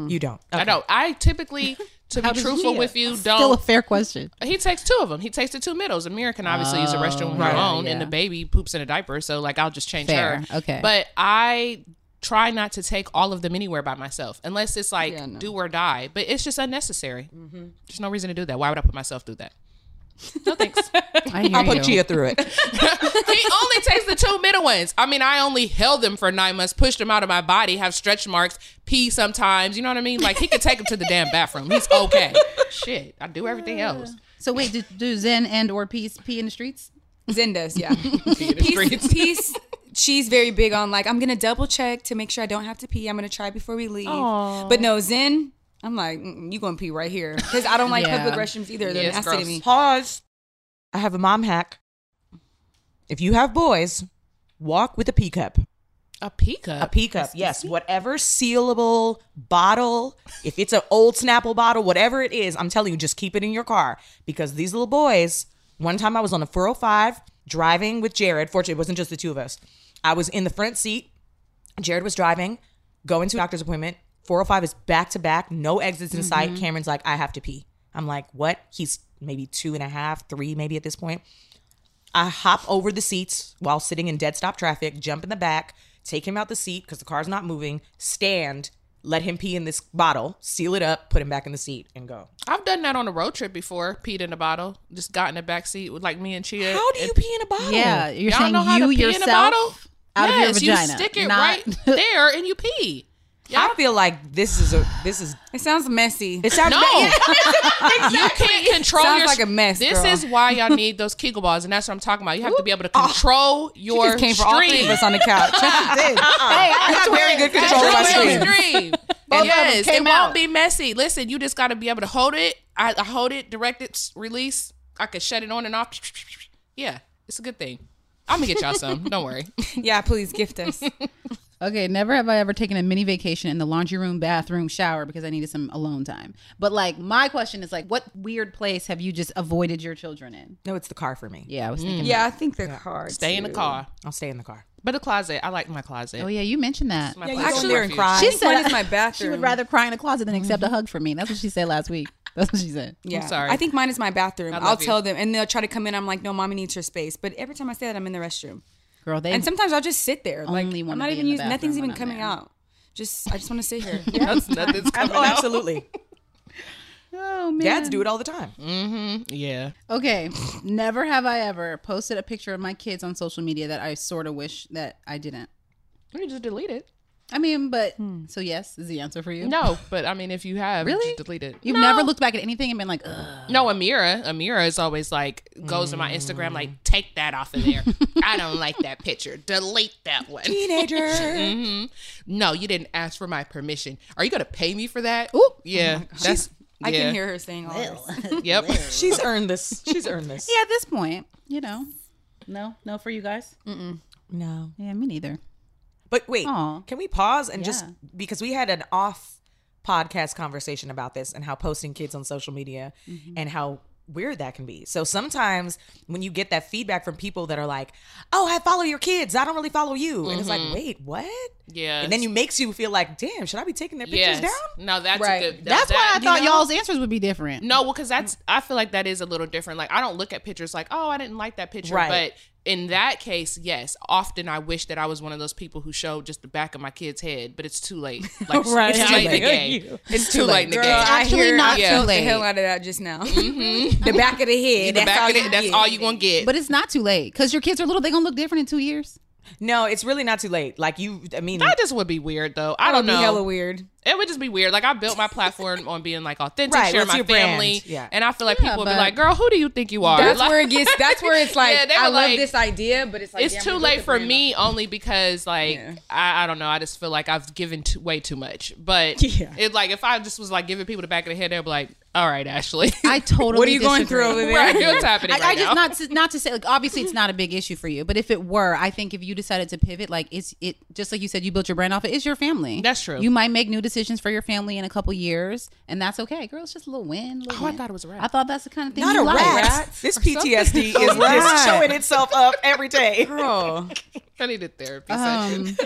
[SPEAKER 2] You don't.
[SPEAKER 3] I don't. I typically, to be truthful with you,
[SPEAKER 1] Still a
[SPEAKER 3] don't.
[SPEAKER 1] fair
[SPEAKER 3] [laughs]
[SPEAKER 1] question.
[SPEAKER 3] he takes two of them. He takes the two middles. Amira can obviously use a restroom on her own, and
[SPEAKER 1] Oh, yeah.
[SPEAKER 3] the baby poops in a diaper. So like, I'll just change
[SPEAKER 1] Fair,
[SPEAKER 3] her.
[SPEAKER 1] okay.
[SPEAKER 3] But I try not to take all of them anywhere by myself, unless it's like
[SPEAKER 4] Yeah, no.
[SPEAKER 3] do or die. But it's just unnecessary.
[SPEAKER 1] Mm-hmm.
[SPEAKER 3] There's no reason to do that. Why would I put myself through that? [laughs] No
[SPEAKER 4] [laughs]
[SPEAKER 3] thanks.
[SPEAKER 1] I hear
[SPEAKER 2] I'll put
[SPEAKER 1] you.
[SPEAKER 2] Chia through it.
[SPEAKER 3] [laughs] he only takes the two middle ones. I mean, I only held them for nine months, pushed them out of my body, have stretch marks, pee sometimes. You know what I mean? Like he could take them to the damn bathroom. He's okay.
[SPEAKER 1] [laughs]
[SPEAKER 3] Shit, I do everything else.
[SPEAKER 1] So wait, do, do Zen and or peace pee in the streets?
[SPEAKER 4] Zendas, yeah.
[SPEAKER 3] Pee in the
[SPEAKER 4] [laughs] Peace,
[SPEAKER 3] streets.
[SPEAKER 4] peace. [laughs] She's very big on like I'm gonna double check to make sure I don't have to pee. I'm gonna try before we leave. But no, Zen, I'm like "Mm-mm, you gonna pee right here because I don't like
[SPEAKER 1] Yeah.
[SPEAKER 4] public restrooms either. They're
[SPEAKER 3] Yeah, it's
[SPEAKER 4] nasty
[SPEAKER 3] gross.
[SPEAKER 4] to me.
[SPEAKER 2] Pause. I have a mom hack. If you have boys, walk with a pee cup.
[SPEAKER 3] [laughs] A pee cup.
[SPEAKER 2] A pee cup, yes. Whatever sealable bottle, if it's an old Snapple bottle, whatever it is, I'm telling you, just keep it in your car because these little boys. One time I was on the 405 driving with Jared. Fortunately, it wasn't just the two of us. I was in the front seat. Jared was driving, going to a doctor's appointment. 405 is back to back, no exits in sight. Cameron's like, I have to pee. I'm like, what? He's maybe two and a half, three, maybe at this point. I hop over the seats while sitting in dead stop traffic, jump in the back, take him out the seat because the car's not moving, stand, let him pee in this bottle, seal it up, put him back in the seat, and go.
[SPEAKER 3] I've done that on a road trip before. Peed in a bottle. Just got in the back seat with like me and Chia.
[SPEAKER 2] How do you pee in a bottle?
[SPEAKER 1] Yeah, you're
[SPEAKER 3] Y'all
[SPEAKER 1] saying
[SPEAKER 3] know how
[SPEAKER 1] you
[SPEAKER 3] to pee
[SPEAKER 1] yourself
[SPEAKER 3] in a bottle?
[SPEAKER 1] out
[SPEAKER 3] yes,
[SPEAKER 1] of your vagina.
[SPEAKER 3] you stick it
[SPEAKER 1] not- [laughs]
[SPEAKER 3] right there and you pee.
[SPEAKER 2] I feel like this is a this is
[SPEAKER 4] It sounds messy. [laughs]
[SPEAKER 2] it sounds
[SPEAKER 3] No, you can't control.
[SPEAKER 4] Sounds
[SPEAKER 3] your,
[SPEAKER 4] like a mess,
[SPEAKER 3] This
[SPEAKER 4] girl.
[SPEAKER 3] is why y'all need those Kegel balls, and that's what I'm talking about. You have to be
[SPEAKER 4] [laughs]
[SPEAKER 3] able to control your
[SPEAKER 4] She just came for all three of
[SPEAKER 3] stream.
[SPEAKER 4] us on the [laughs]
[SPEAKER 2] [laughs]
[SPEAKER 4] couch.
[SPEAKER 2] Hey, I got very good control of my
[SPEAKER 3] That's
[SPEAKER 2] stream.
[SPEAKER 3] your [laughs] stream.
[SPEAKER 1] them
[SPEAKER 3] yes,
[SPEAKER 1] came
[SPEAKER 3] it
[SPEAKER 1] out.
[SPEAKER 3] won't be messy. Listen, you just got to be able to hold it. I, I hold it, direct it, s- release. I could shut it on and off.
[SPEAKER 2] [laughs]
[SPEAKER 3] Yeah, it's a good thing. I'm gonna get y'all some. Don't worry.
[SPEAKER 4] yeah, please gift us.
[SPEAKER 1] Okay, never have I ever taken a mini vacation in the laundry room, bathroom, shower because I needed some alone time. But like my question is like what weird place have you just avoided your children in?
[SPEAKER 2] No, it's the car for me.
[SPEAKER 1] Yeah, I was thinking
[SPEAKER 4] [laughs] Yeah, I think the hard.
[SPEAKER 3] Stay in the car.
[SPEAKER 2] I'll stay in the [laughs] car.
[SPEAKER 3] But the closet, I like my closet.
[SPEAKER 1] Oh yeah, you mentioned that.
[SPEAKER 3] My
[SPEAKER 2] Yeah, you
[SPEAKER 3] place
[SPEAKER 2] go in
[SPEAKER 3] of
[SPEAKER 2] there and
[SPEAKER 3] refuge.
[SPEAKER 2] cry.
[SPEAKER 1] She
[SPEAKER 4] think mine [laughs] is my
[SPEAKER 1] [laughs] She would
[SPEAKER 4] bathroom.
[SPEAKER 1] rather cry in a closet than accept a hug from me. That's what she said last week. That's what she said.
[SPEAKER 4] Yeah.
[SPEAKER 3] sorry.
[SPEAKER 4] I think mine is my bathroom.
[SPEAKER 3] love
[SPEAKER 4] I'll
[SPEAKER 3] you.
[SPEAKER 4] tell them, and they'll try to come in. I'm like, no, mommy needs her space. But every time I say that, I'm in the restroom.
[SPEAKER 1] Girl, they
[SPEAKER 4] And sometimes I'll just sit there. Like
[SPEAKER 1] Only wanna
[SPEAKER 4] I'm not
[SPEAKER 1] be
[SPEAKER 4] even
[SPEAKER 1] in the
[SPEAKER 4] using. Nothing's
[SPEAKER 1] bathroom when
[SPEAKER 4] even
[SPEAKER 1] I'm
[SPEAKER 4] coming
[SPEAKER 1] there.
[SPEAKER 4] out. Just I just want to
[SPEAKER 3] [laughs]
[SPEAKER 4] sit here.
[SPEAKER 3] [laughs] That's
[SPEAKER 2] [laughs]
[SPEAKER 3] nothing's coming
[SPEAKER 2] Oh,
[SPEAKER 3] out.
[SPEAKER 2] absolutely.
[SPEAKER 1] Oh man.
[SPEAKER 2] Dads do it all the [laughs] time.
[SPEAKER 3] Yeah.
[SPEAKER 1] Okay. Never have I ever posted a picture of my kids on social media that I sort of wish that I didn't.
[SPEAKER 3] You just delete it.
[SPEAKER 1] I mean, but so yes is the answer for you.
[SPEAKER 3] No, but I mean, if you have,
[SPEAKER 1] Really?
[SPEAKER 3] just delete it.
[SPEAKER 1] You've
[SPEAKER 3] no.
[SPEAKER 1] never looked back at anything and been like, Ugh.
[SPEAKER 3] No, Amira. Amira is always like goes to my Instagram
[SPEAKER 2] Mm.
[SPEAKER 3] like, take that off of there. I don't like that picture. Delete that one.
[SPEAKER 2] [laughs] Teenager.
[SPEAKER 3] hmm No, you didn't ask for my permission. Are you gonna pay me for that?
[SPEAKER 1] Ooh.
[SPEAKER 3] yeah. that's
[SPEAKER 4] I
[SPEAKER 3] yeah.
[SPEAKER 4] can hear her saying all this.
[SPEAKER 3] Yep.
[SPEAKER 2] She's earned this. She's earned [laughs] this.
[SPEAKER 1] Yeah, at this point, you know. No, no for you guys.
[SPEAKER 2] No.
[SPEAKER 1] Yeah, me neither.
[SPEAKER 2] But wait,
[SPEAKER 1] Aw.
[SPEAKER 2] can we pause and just
[SPEAKER 1] Yeah.
[SPEAKER 2] because we had an off podcast conversation about this and how posting kids on social media
[SPEAKER 1] Mm-hmm.
[SPEAKER 2] and how weird that can be. So sometimes when you get that feedback from people that are like, "Oh, I follow your kids. I don't really follow you." And it's
[SPEAKER 3] Mm-hmm.
[SPEAKER 2] like, "Wait, what?"
[SPEAKER 3] Yeah.
[SPEAKER 2] And then you makes you feel like, "Damn, should I be taking their pictures
[SPEAKER 3] yes.
[SPEAKER 2] down?"
[SPEAKER 3] No, that's
[SPEAKER 4] Right.
[SPEAKER 3] a good.
[SPEAKER 1] That's
[SPEAKER 3] that-
[SPEAKER 1] why I
[SPEAKER 3] you
[SPEAKER 1] thought
[SPEAKER 3] know?
[SPEAKER 1] y'all's answers would be different.
[SPEAKER 3] No, well, because that's I feel like that is a little different. Like I don't look at pictures like, oh, I didn't like that picture.
[SPEAKER 2] Right.
[SPEAKER 3] But in that case, yes. Often I wish that I was one of those people who showed just the back of my kid's head, but it's too late. Like
[SPEAKER 2] Right.
[SPEAKER 3] it's
[SPEAKER 2] It's
[SPEAKER 3] too
[SPEAKER 2] too
[SPEAKER 3] late in the
[SPEAKER 2] [laughs] late.
[SPEAKER 3] game. It's too late in the
[SPEAKER 4] Girl,
[SPEAKER 3] game.
[SPEAKER 4] I
[SPEAKER 1] Actually
[SPEAKER 4] hear.
[SPEAKER 1] not
[SPEAKER 4] Not
[SPEAKER 3] too
[SPEAKER 4] I felt the
[SPEAKER 1] late.
[SPEAKER 4] hell out of that just now. [laughs] the back of the
[SPEAKER 3] Mm-hmm.
[SPEAKER 4] head.
[SPEAKER 3] the
[SPEAKER 4] that's
[SPEAKER 3] back
[SPEAKER 4] all
[SPEAKER 3] of
[SPEAKER 4] you
[SPEAKER 3] it, that's
[SPEAKER 4] get.
[SPEAKER 3] all you gonna get.
[SPEAKER 1] But it's not too late because your kids are little. They're going to look different in two
[SPEAKER 3] [laughs]
[SPEAKER 1] years.
[SPEAKER 2] No, it's really not too late. Like you I mean,
[SPEAKER 3] that just would be weird though. I
[SPEAKER 4] That
[SPEAKER 3] don't
[SPEAKER 4] would be hella
[SPEAKER 3] know.
[SPEAKER 4] weird.
[SPEAKER 3] [laughs] It would just be weird. Like I built my platform on being like authentic,
[SPEAKER 2] Right,
[SPEAKER 3] sharing
[SPEAKER 2] what's
[SPEAKER 3] my
[SPEAKER 2] your brand?
[SPEAKER 3] family.
[SPEAKER 2] Yeah.
[SPEAKER 3] And I feel like
[SPEAKER 1] Yeah,
[SPEAKER 3] people would be
[SPEAKER 1] but-
[SPEAKER 3] like, Girl, who do you think you are?
[SPEAKER 4] That's
[SPEAKER 3] Like-
[SPEAKER 4] where it gets. That's where it's like
[SPEAKER 3] [laughs] Yeah, they
[SPEAKER 4] I
[SPEAKER 3] were
[SPEAKER 4] love
[SPEAKER 3] like-
[SPEAKER 4] this idea, but it's like
[SPEAKER 3] it's
[SPEAKER 4] damn,
[SPEAKER 3] too
[SPEAKER 4] we
[SPEAKER 3] late
[SPEAKER 4] built
[SPEAKER 3] for
[SPEAKER 4] the
[SPEAKER 3] me only because like
[SPEAKER 4] Yeah.
[SPEAKER 3] I, I don't know I just feel like I've given too, way too much but
[SPEAKER 2] Yeah.
[SPEAKER 3] it like if I just was like giving people the back of the head they'd be like all right Ashley [laughs]
[SPEAKER 1] I totally
[SPEAKER 4] What are you going
[SPEAKER 1] disagree.
[SPEAKER 4] through over there?
[SPEAKER 3] right, what's happening
[SPEAKER 1] I,
[SPEAKER 3] right
[SPEAKER 1] I just
[SPEAKER 3] now [laughs]
[SPEAKER 1] not to, not to say like obviously it's not a big issue for you, but if it were, I think if you decided to pivot, like it's it just like you said, you built your brand off. It's your family.
[SPEAKER 3] That's true.
[SPEAKER 1] You might make new decisions for your family in a couple years, and that's okay, girl. It's just a little win. Little
[SPEAKER 3] Oh, I
[SPEAKER 1] win.
[SPEAKER 3] thought it was a rat.
[SPEAKER 1] I thought that's the kind of thing.
[SPEAKER 2] not
[SPEAKER 1] you
[SPEAKER 2] a
[SPEAKER 1] like.
[SPEAKER 2] rat. This
[SPEAKER 1] [laughs]
[SPEAKER 2] PTSD is just showing itself up every day.
[SPEAKER 4] Girl,
[SPEAKER 3] I need a therapy session
[SPEAKER 1] Um,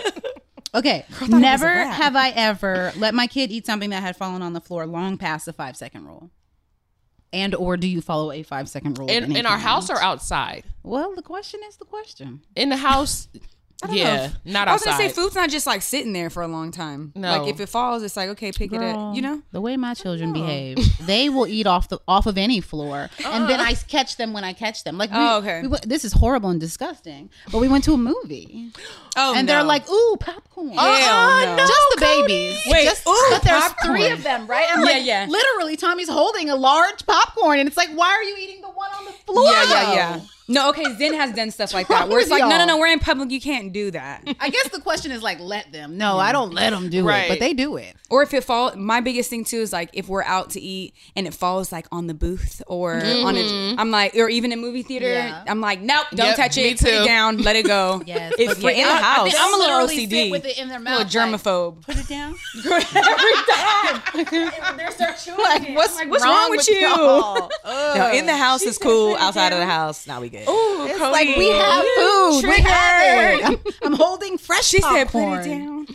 [SPEAKER 1] okay.
[SPEAKER 2] was
[SPEAKER 1] Never
[SPEAKER 2] a rat.
[SPEAKER 1] have I ever let my kid eat something that had fallen on the floor long past the five second rule. And or do you follow a five second rule? at
[SPEAKER 3] in,
[SPEAKER 1] any
[SPEAKER 3] in our
[SPEAKER 1] time?
[SPEAKER 3] house or outside
[SPEAKER 1] Well, the question is the question.
[SPEAKER 3] in the house
[SPEAKER 4] [laughs]
[SPEAKER 3] yeah not
[SPEAKER 4] I was gonna
[SPEAKER 3] outside
[SPEAKER 4] say food's not just like sitting there for a long time.
[SPEAKER 3] No.
[SPEAKER 4] like if it falls, it's like okay, pick it
[SPEAKER 1] Girl,
[SPEAKER 4] up. You know,
[SPEAKER 1] the way my children behave they will eat off the off of any floor and then i catch them when i catch them like we,
[SPEAKER 4] Oh, okay.
[SPEAKER 1] we went- this is horrible and disgusting but we went to a movie
[SPEAKER 4] Oh,
[SPEAKER 1] and they're like ooh popcorn
[SPEAKER 4] Hell no.
[SPEAKER 1] just the babies
[SPEAKER 2] Wait,
[SPEAKER 1] just,
[SPEAKER 2] ooh,
[SPEAKER 1] but there's
[SPEAKER 2] popcorn.
[SPEAKER 1] three of them right and like
[SPEAKER 4] yeah.
[SPEAKER 1] literally tommy's holding a large popcorn and it's like why are you eating the one on the floor
[SPEAKER 4] yeah, yeah,
[SPEAKER 1] though?
[SPEAKER 4] yeah. No, okay, Zen has done stuff like that.
[SPEAKER 1] wrong
[SPEAKER 4] Where it's
[SPEAKER 1] with
[SPEAKER 4] like, no, no,
[SPEAKER 1] y'all?
[SPEAKER 4] no, we're in public. You can't do that.
[SPEAKER 1] i guess the question is like let them no i don't let them do
[SPEAKER 3] Right.
[SPEAKER 1] it but they do it
[SPEAKER 4] or if it fall, my biggest thing too is like if we're out to eat and it falls like on the booth or on a, I'm like, or even in movie theater,
[SPEAKER 1] Yeah.
[SPEAKER 4] I'm like, nope, don't
[SPEAKER 3] Yep,
[SPEAKER 4] touch
[SPEAKER 3] me
[SPEAKER 4] it. Put
[SPEAKER 3] too.
[SPEAKER 4] it down, let it go.
[SPEAKER 1] yes
[SPEAKER 2] If
[SPEAKER 1] but
[SPEAKER 2] we're in the
[SPEAKER 1] I- I
[SPEAKER 4] Oh,
[SPEAKER 2] house-
[SPEAKER 1] think
[SPEAKER 2] I'm a
[SPEAKER 1] they
[SPEAKER 2] little
[SPEAKER 1] literally sit
[SPEAKER 2] OCD.
[SPEAKER 1] with it in their mouth
[SPEAKER 4] I'm a
[SPEAKER 1] like,
[SPEAKER 4] germaphobe.
[SPEAKER 1] [laughs] put it down
[SPEAKER 4] Like, what's, what's wrong, with, you?
[SPEAKER 2] [laughs] No, in the house is cool. Outside of the house, now we good.
[SPEAKER 1] It's like we have food. We have it. I'm, I'm holding fresh
[SPEAKER 4] She said,
[SPEAKER 1] popcorn.
[SPEAKER 4] put it down.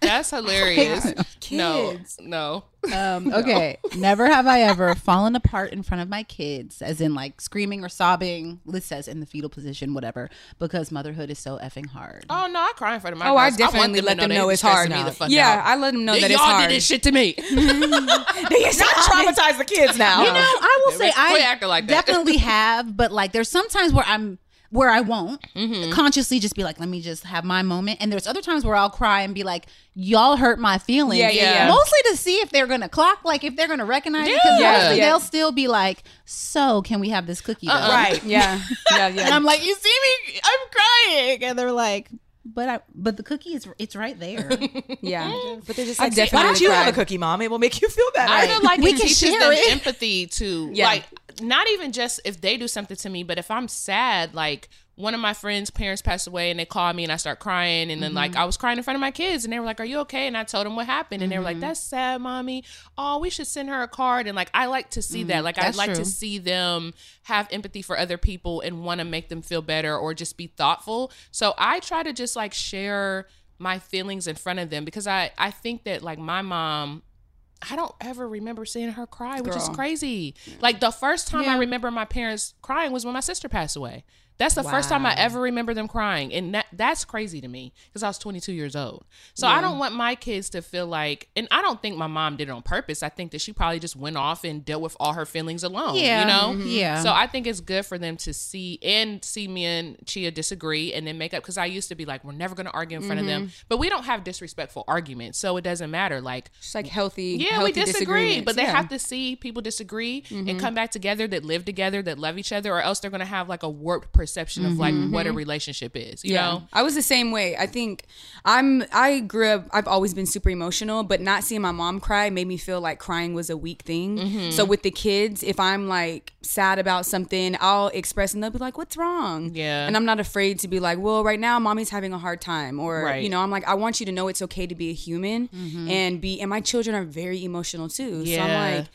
[SPEAKER 3] that's hilarious no
[SPEAKER 4] Kids.
[SPEAKER 3] no
[SPEAKER 1] Um, okay. Never have I ever fallen apart in front of my kids, as in like screaming or sobbing. Liz says in the fetal position, whatever, because motherhood is so effing hard.
[SPEAKER 3] oh no I cry in front of my
[SPEAKER 4] Oh, I
[SPEAKER 3] girls. want
[SPEAKER 4] definitely
[SPEAKER 3] to
[SPEAKER 4] let them
[SPEAKER 3] they
[SPEAKER 4] know
[SPEAKER 3] be
[SPEAKER 4] it's hard.
[SPEAKER 3] stressing me the fuck
[SPEAKER 4] yeah,
[SPEAKER 3] out.
[SPEAKER 4] I let them know that
[SPEAKER 3] y'all
[SPEAKER 4] it's hard.
[SPEAKER 3] did this shit to me
[SPEAKER 2] Not traumatize the kids now.
[SPEAKER 1] You know, I will say
[SPEAKER 3] Quit
[SPEAKER 1] I
[SPEAKER 3] acting like that.
[SPEAKER 1] definitely have, but like there's sometimes where I'm where I won't consciously just be like, let me just have my moment. And there's other times where I'll cry and be like, y'all hurt my feelings.
[SPEAKER 4] Yeah, yeah, yeah.
[SPEAKER 1] Mostly to see if they're gonna clock, like if they're gonna recognize it. Because
[SPEAKER 3] Yeah.
[SPEAKER 1] mostly
[SPEAKER 4] Yeah.
[SPEAKER 1] they'll still be like, so can we have this cookie? though?"
[SPEAKER 2] [laughs] Uh-uh. right.
[SPEAKER 4] Yeah, yeah,
[SPEAKER 1] And
[SPEAKER 4] yeah.
[SPEAKER 1] I'm like, you see me, I'm crying, and they're like, but I, but the cookie is it's right [laughs] there.
[SPEAKER 4] yeah. But they're just
[SPEAKER 2] I
[SPEAKER 4] like,
[SPEAKER 2] definitely Why don't you have a
[SPEAKER 4] cookie?
[SPEAKER 2] cookie, mom? It will make you feel better.
[SPEAKER 3] I feel like
[SPEAKER 1] We
[SPEAKER 3] it
[SPEAKER 1] can
[SPEAKER 3] teaches
[SPEAKER 1] share
[SPEAKER 3] them
[SPEAKER 1] it. [laughs]
[SPEAKER 3] empathy to
[SPEAKER 4] Yeah.
[SPEAKER 3] like not even just if they do something to me, but if I'm sad, like one of my friends' parents passed away and they called me and I start crying and then
[SPEAKER 1] Mm-hmm.
[SPEAKER 3] like I was crying in front of my kids and they were like, "Are you okay?" and I told them what happened and they were
[SPEAKER 1] Mm-hmm.
[SPEAKER 3] like, "That's sad, mommy. Oh, we should send her a card." And like I like to see
[SPEAKER 1] Mm,
[SPEAKER 3] that. Like
[SPEAKER 5] That's
[SPEAKER 3] I like
[SPEAKER 5] true.
[SPEAKER 3] to see them have empathy for other people and want to make them feel better or just be thoughtful. So I try to just like share my feelings in front of them because I I think that like my mom I don't ever remember seeing her cry, which is
[SPEAKER 4] Girl.
[SPEAKER 3] crazy. Like the first time I remember my parents crying was when my sister passed away. That's the first time I ever remember them crying, and that that's crazy to me because I was 22 years old. So I don't want my kids to feel like, and I don't think my mom did it on purpose. I think that she probably just went off and dealt with all her feelings alone.
[SPEAKER 1] Yeah,
[SPEAKER 3] you know.
[SPEAKER 1] mhm. Yeah.
[SPEAKER 3] So I think it's good for them to see and see me and Chia disagree and then make up. Because I used to be like, we're never going to argue in front of them,
[SPEAKER 1] Mm-hmm.
[SPEAKER 3] but we don't have disrespectful arguments, so it doesn't matter. Like
[SPEAKER 4] Just like healthy.
[SPEAKER 3] yeah,
[SPEAKER 4] healthy
[SPEAKER 3] we disagree,
[SPEAKER 4] disagreements.
[SPEAKER 3] but they
[SPEAKER 4] Yeah.
[SPEAKER 3] have to see people disagree and come back together that live together, that love each other, or else they're going to have like a warped perception of like what a relationship is, you know?
[SPEAKER 4] I was the same way. I think I'm I grew up I've always been super emotional, but not seeing my mom cry made me feel like crying was a weak thing.
[SPEAKER 2] Mm-hmm.
[SPEAKER 4] So with the kids, if I'm like sad about something, I'll express and they'll be like, "What's wrong?"
[SPEAKER 3] Yeah.
[SPEAKER 4] And I'm not afraid to be like, "Well, right now mommy's having a hard time." Or,
[SPEAKER 3] Right.
[SPEAKER 4] you know, I'm like, "I want you to know it's okay to be a human
[SPEAKER 2] Mm-hmm.
[SPEAKER 4] and be and my children are very emotional too." So
[SPEAKER 3] Yeah.
[SPEAKER 4] I'm like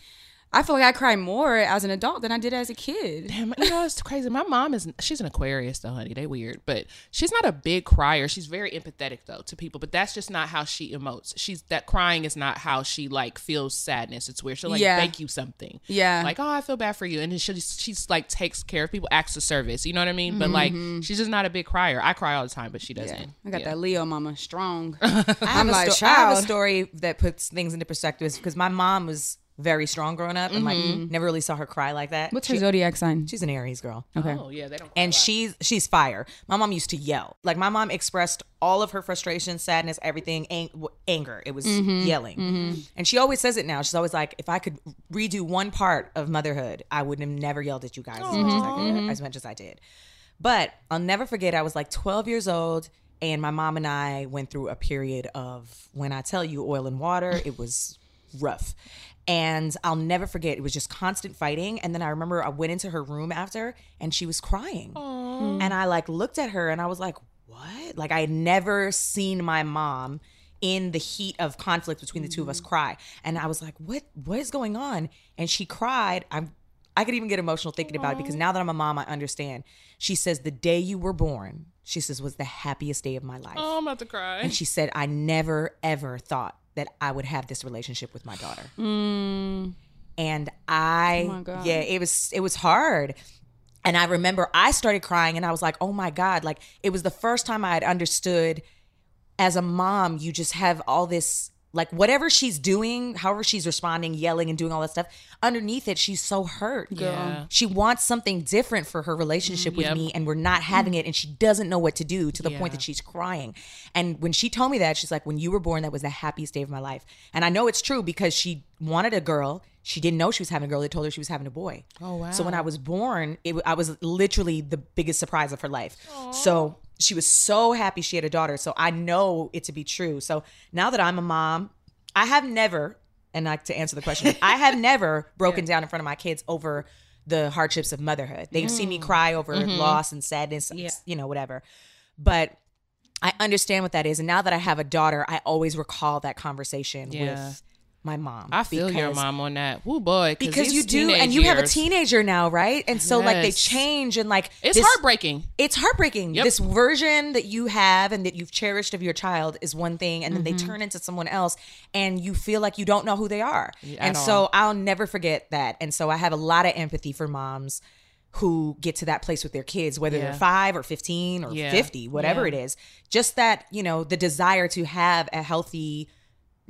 [SPEAKER 4] I feel like I cry more as an adult than I did as a kid.
[SPEAKER 3] Damn, you know, it's crazy. My mom is, she's an Aquarius though, honey. They weird, but she's not a big crier. She's very empathetic though to people, but that's just not how she emotes. She's, that crying is not how she like feels sadness. It's weird. She'll like
[SPEAKER 4] Yeah.
[SPEAKER 3] bake you something.
[SPEAKER 4] Yeah.
[SPEAKER 3] Like, oh, I feel bad for you. And then she just, she's like takes care of people, acts of service. You know what I mean? But like, she's just not a big crier. I cry all the time, but she doesn't.
[SPEAKER 4] I got
[SPEAKER 3] Mm-hmm. Yeah.
[SPEAKER 4] that Leo mama strong.
[SPEAKER 2] [laughs] I have
[SPEAKER 4] I'm
[SPEAKER 2] a
[SPEAKER 4] like,
[SPEAKER 2] sto- I have a
[SPEAKER 4] child.
[SPEAKER 2] story that puts things into perspective because my mom was very strong growing up and like never really saw her cry like that.
[SPEAKER 4] What's her zodiac sign?
[SPEAKER 2] Mm-hmm. She's an Aries girl.
[SPEAKER 4] Okay.
[SPEAKER 3] Oh yeah, they don't.
[SPEAKER 2] and she's she's fire. My mom used to yell. Like my mom expressed all of her frustration, sadness, everything, ang- w- anger. It was yelling, and she always says it now. She's always like, "If I could redo one part of motherhood, I would have never yelled at you guys as, much as, I could- as much as I did." But I'll never forget. I was like 12 years old, and my mom and I went through a period of when I tell you oil and water, it was rough. And I'll never forget, it was just constant fighting. And then I remember I went into her room after and she was crying. And I like looked at her and I was like, what? Like I had never seen my mom in the heat of conflict between the two of us cry. And I was like, what what is going on? And she cried. I'm I could even get emotional thinking about it because now that I'm a mom, I understand. She says, the day you were born, she says, was the happiest day of my life.
[SPEAKER 3] Oh, I'm about to cry.
[SPEAKER 2] And she said, I never, ever thought that I would have this relationship with my daughter. And I, yeah, it was, it was hard. And I remember I started crying and I was like, oh my God. Like it was the first time I had understood as a mom, you just have all this, like whatever she's doing, however she's responding, yelling and doing all that stuff, underneath it, she's so hurt.
[SPEAKER 3] Yeah. Mm-hmm.
[SPEAKER 2] She wants something different for her relationship with
[SPEAKER 3] Yep.
[SPEAKER 2] me, and we're not having it, and she doesn't know what to do to the point
[SPEAKER 3] Yeah.
[SPEAKER 2] that she's crying. And when she told me that, she's like, When you were born, that was the happiest day of my life. And I know it's true because she wanted a girl. She didn't know she was having a girl. They told her she was having a boy. Oh, wow. So when I was born, it, wa- I was literally the biggest surprise of her life. So she was so happy she had a daughter. So I know it to be true. So now that I'm a mom, I have never, and like to answer the question, I
[SPEAKER 3] [laughs]
[SPEAKER 2] have never broken down in front of my kids over the hardships of motherhood. They've seen
[SPEAKER 3] Mm.
[SPEAKER 2] me cry over
[SPEAKER 3] Mm-hmm.
[SPEAKER 2] loss and sadness, you know, whatever. But I understand what that is. And now that I have a daughter, I always recall that conversation
[SPEAKER 3] Yeah.
[SPEAKER 2] with my mom.
[SPEAKER 3] I feel your
[SPEAKER 2] because-
[SPEAKER 3] mom on that. Woo boy,
[SPEAKER 2] Because
[SPEAKER 3] these
[SPEAKER 2] you do,
[SPEAKER 3] teenage
[SPEAKER 2] and you have a
[SPEAKER 3] years,
[SPEAKER 2] teenager now, right? And so, like, they
[SPEAKER 3] Yes.
[SPEAKER 2] change, and like,
[SPEAKER 3] It's
[SPEAKER 2] this-
[SPEAKER 3] heartbreaking.
[SPEAKER 2] It's heartbreaking.
[SPEAKER 3] Yep.
[SPEAKER 2] This version that you have and that you've cherished of your child is one thing, and then they
[SPEAKER 3] Mm-hmm.
[SPEAKER 2] turn into someone else, and you feel like you don't know who they are. and so, I'll never forget that. And so, I have a lot of empathy for moms who get to that place with their kids, whether they're
[SPEAKER 3] Yeah.
[SPEAKER 2] five or 15 or
[SPEAKER 3] Yeah.
[SPEAKER 2] 50, whatever it is. Just that, you know, the desire to have a healthy,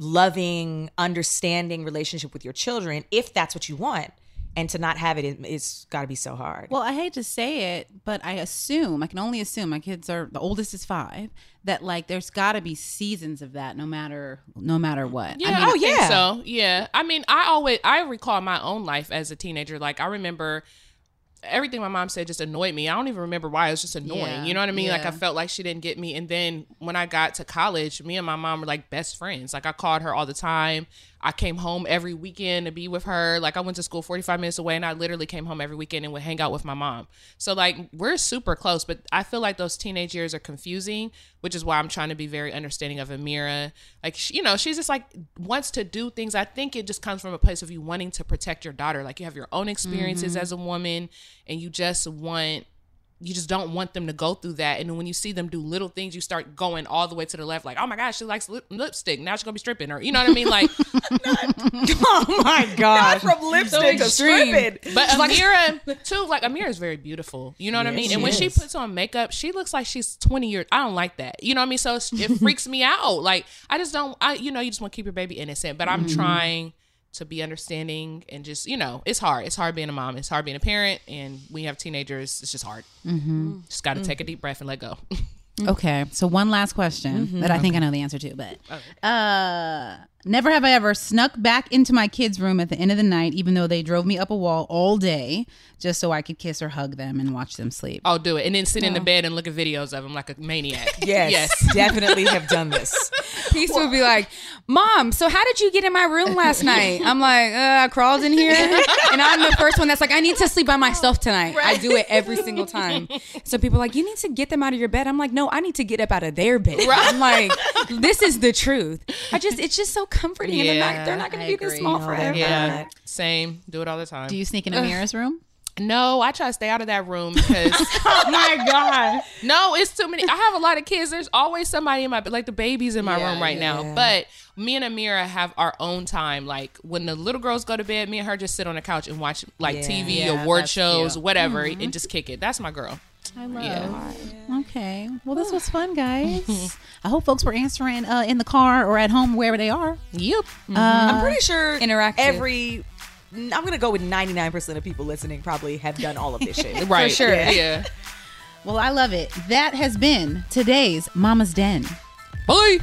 [SPEAKER 2] loving, understanding relationship with your children, if that's what you want. And to not have it, it it's got to be so hard.
[SPEAKER 1] Well, I hate to say it, but I assume, I can only assume my kids are the oldest is 5 that like there's got to be seasons of that no matter no matter what.
[SPEAKER 3] Yeah,
[SPEAKER 1] I mean,
[SPEAKER 3] oh yeah.
[SPEAKER 2] yeah.
[SPEAKER 3] so yeah, I mean, I always I recall my own life as a teenager. Like I remember everything my mom said just annoyed me. I don't even remember why. It was just annoying.
[SPEAKER 1] Yeah,
[SPEAKER 3] You know what I mean? Like
[SPEAKER 1] yeah.
[SPEAKER 3] I felt like she didn't get me. And then when I got to college, me and my mom were like best friends. Like I called her all the time. I came home every weekend to be with her. Like I went to school 45 minutes away and I literally came home every weekend and would hang out with my mom. So like we're super close, but I feel like those teenage years are confusing, which is why I'm trying to be very understanding of Amira. Like she, you know, she's just like wants to do things. I think it just comes from a place of you wanting to protect your daughter. Like you have your own experiences as a woman and you just want you just don't want them to go through that. And when you see them do little things, you start going all the way to the left, like, oh my gosh, she likes lip- lipstick. Now she's gonna be stripping her. You know what I mean? Like,
[SPEAKER 2] [laughs] Oh my god!
[SPEAKER 4] from lipstick
[SPEAKER 2] to stripping.
[SPEAKER 3] but Amira too, like Amira is very beautiful. You know what I mean? And when she puts on makeup, she looks like she's twenty years. I don't like that. You know what I mean? So it's- it freaks me out. Like I just don't. I you know you just want to keep your baby innocent, but I'm trying to be understanding and just you know it's hard. It's hard being a mom. It's hard being a parent, and we have teenagers. It's just hard. Just got to take a deep breath and let go. [laughs]
[SPEAKER 1] Okay, so one last question that I think I know the answer to, but uh, never have I ever snuck back into my kids' room at the end of the night, even though they drove me up a wall all day, just so I could kiss or hug them and watch them sleep.
[SPEAKER 3] I'll do it. And then sit in the bed and look at videos of him like a [laughs] maniac.
[SPEAKER 2] Yes, [laughs]
[SPEAKER 3] Yes.
[SPEAKER 2] definitely have done
[SPEAKER 4] [laughs]
[SPEAKER 2] this.
[SPEAKER 4] Peace would be like, Mom, so how did you get in my room last night? I'm like, uh, I crawled in here. And I'm the first one that's like, I need to sleep by myself tonight. I do it every single time. So people are like, You need to get them out of your bed. I'm like, No, I need to get up out of their bed. I'm like, This is the truth. I just, it's just so comforting. and they're
[SPEAKER 3] Yeah,
[SPEAKER 4] not, they're not going
[SPEAKER 1] I
[SPEAKER 4] to be this
[SPEAKER 1] agree.
[SPEAKER 4] small
[SPEAKER 1] No,
[SPEAKER 4] forever.
[SPEAKER 3] Yeah. Same. Do it all the time.
[SPEAKER 1] Do you sneak in Amira's room?
[SPEAKER 3] no, I try to stay out of that room because
[SPEAKER 2] Oh my god!
[SPEAKER 3] No, it's too many. I have a lot of kids. There's always somebody in my like the baby's in my
[SPEAKER 4] Yeah,
[SPEAKER 3] room right now. But me and Amira have our own time. Like when the little girls go to bed, me and her just sit on the couch and watch like TV,
[SPEAKER 1] Yeah,
[SPEAKER 3] award
[SPEAKER 1] that's
[SPEAKER 3] shows,
[SPEAKER 1] cute.
[SPEAKER 3] whatever, and just kick it. That's my girl.
[SPEAKER 1] I love. Okay. Well, this was fun, guys. [laughs] I hope folks were answering uh, in the car or at home, wherever they are. Uh,
[SPEAKER 3] Yep.
[SPEAKER 1] Mm-hmm.
[SPEAKER 2] I'm pretty sure
[SPEAKER 4] Uh, interactive.
[SPEAKER 2] Every I'm gonna go with 99 percent of people listening probably have done all of this
[SPEAKER 4] [laughs]
[SPEAKER 2] shit.
[SPEAKER 3] Right.
[SPEAKER 4] sure.
[SPEAKER 3] Yeah.
[SPEAKER 1] Well, I love it. That has been today's Mama's Den.
[SPEAKER 3] Bye.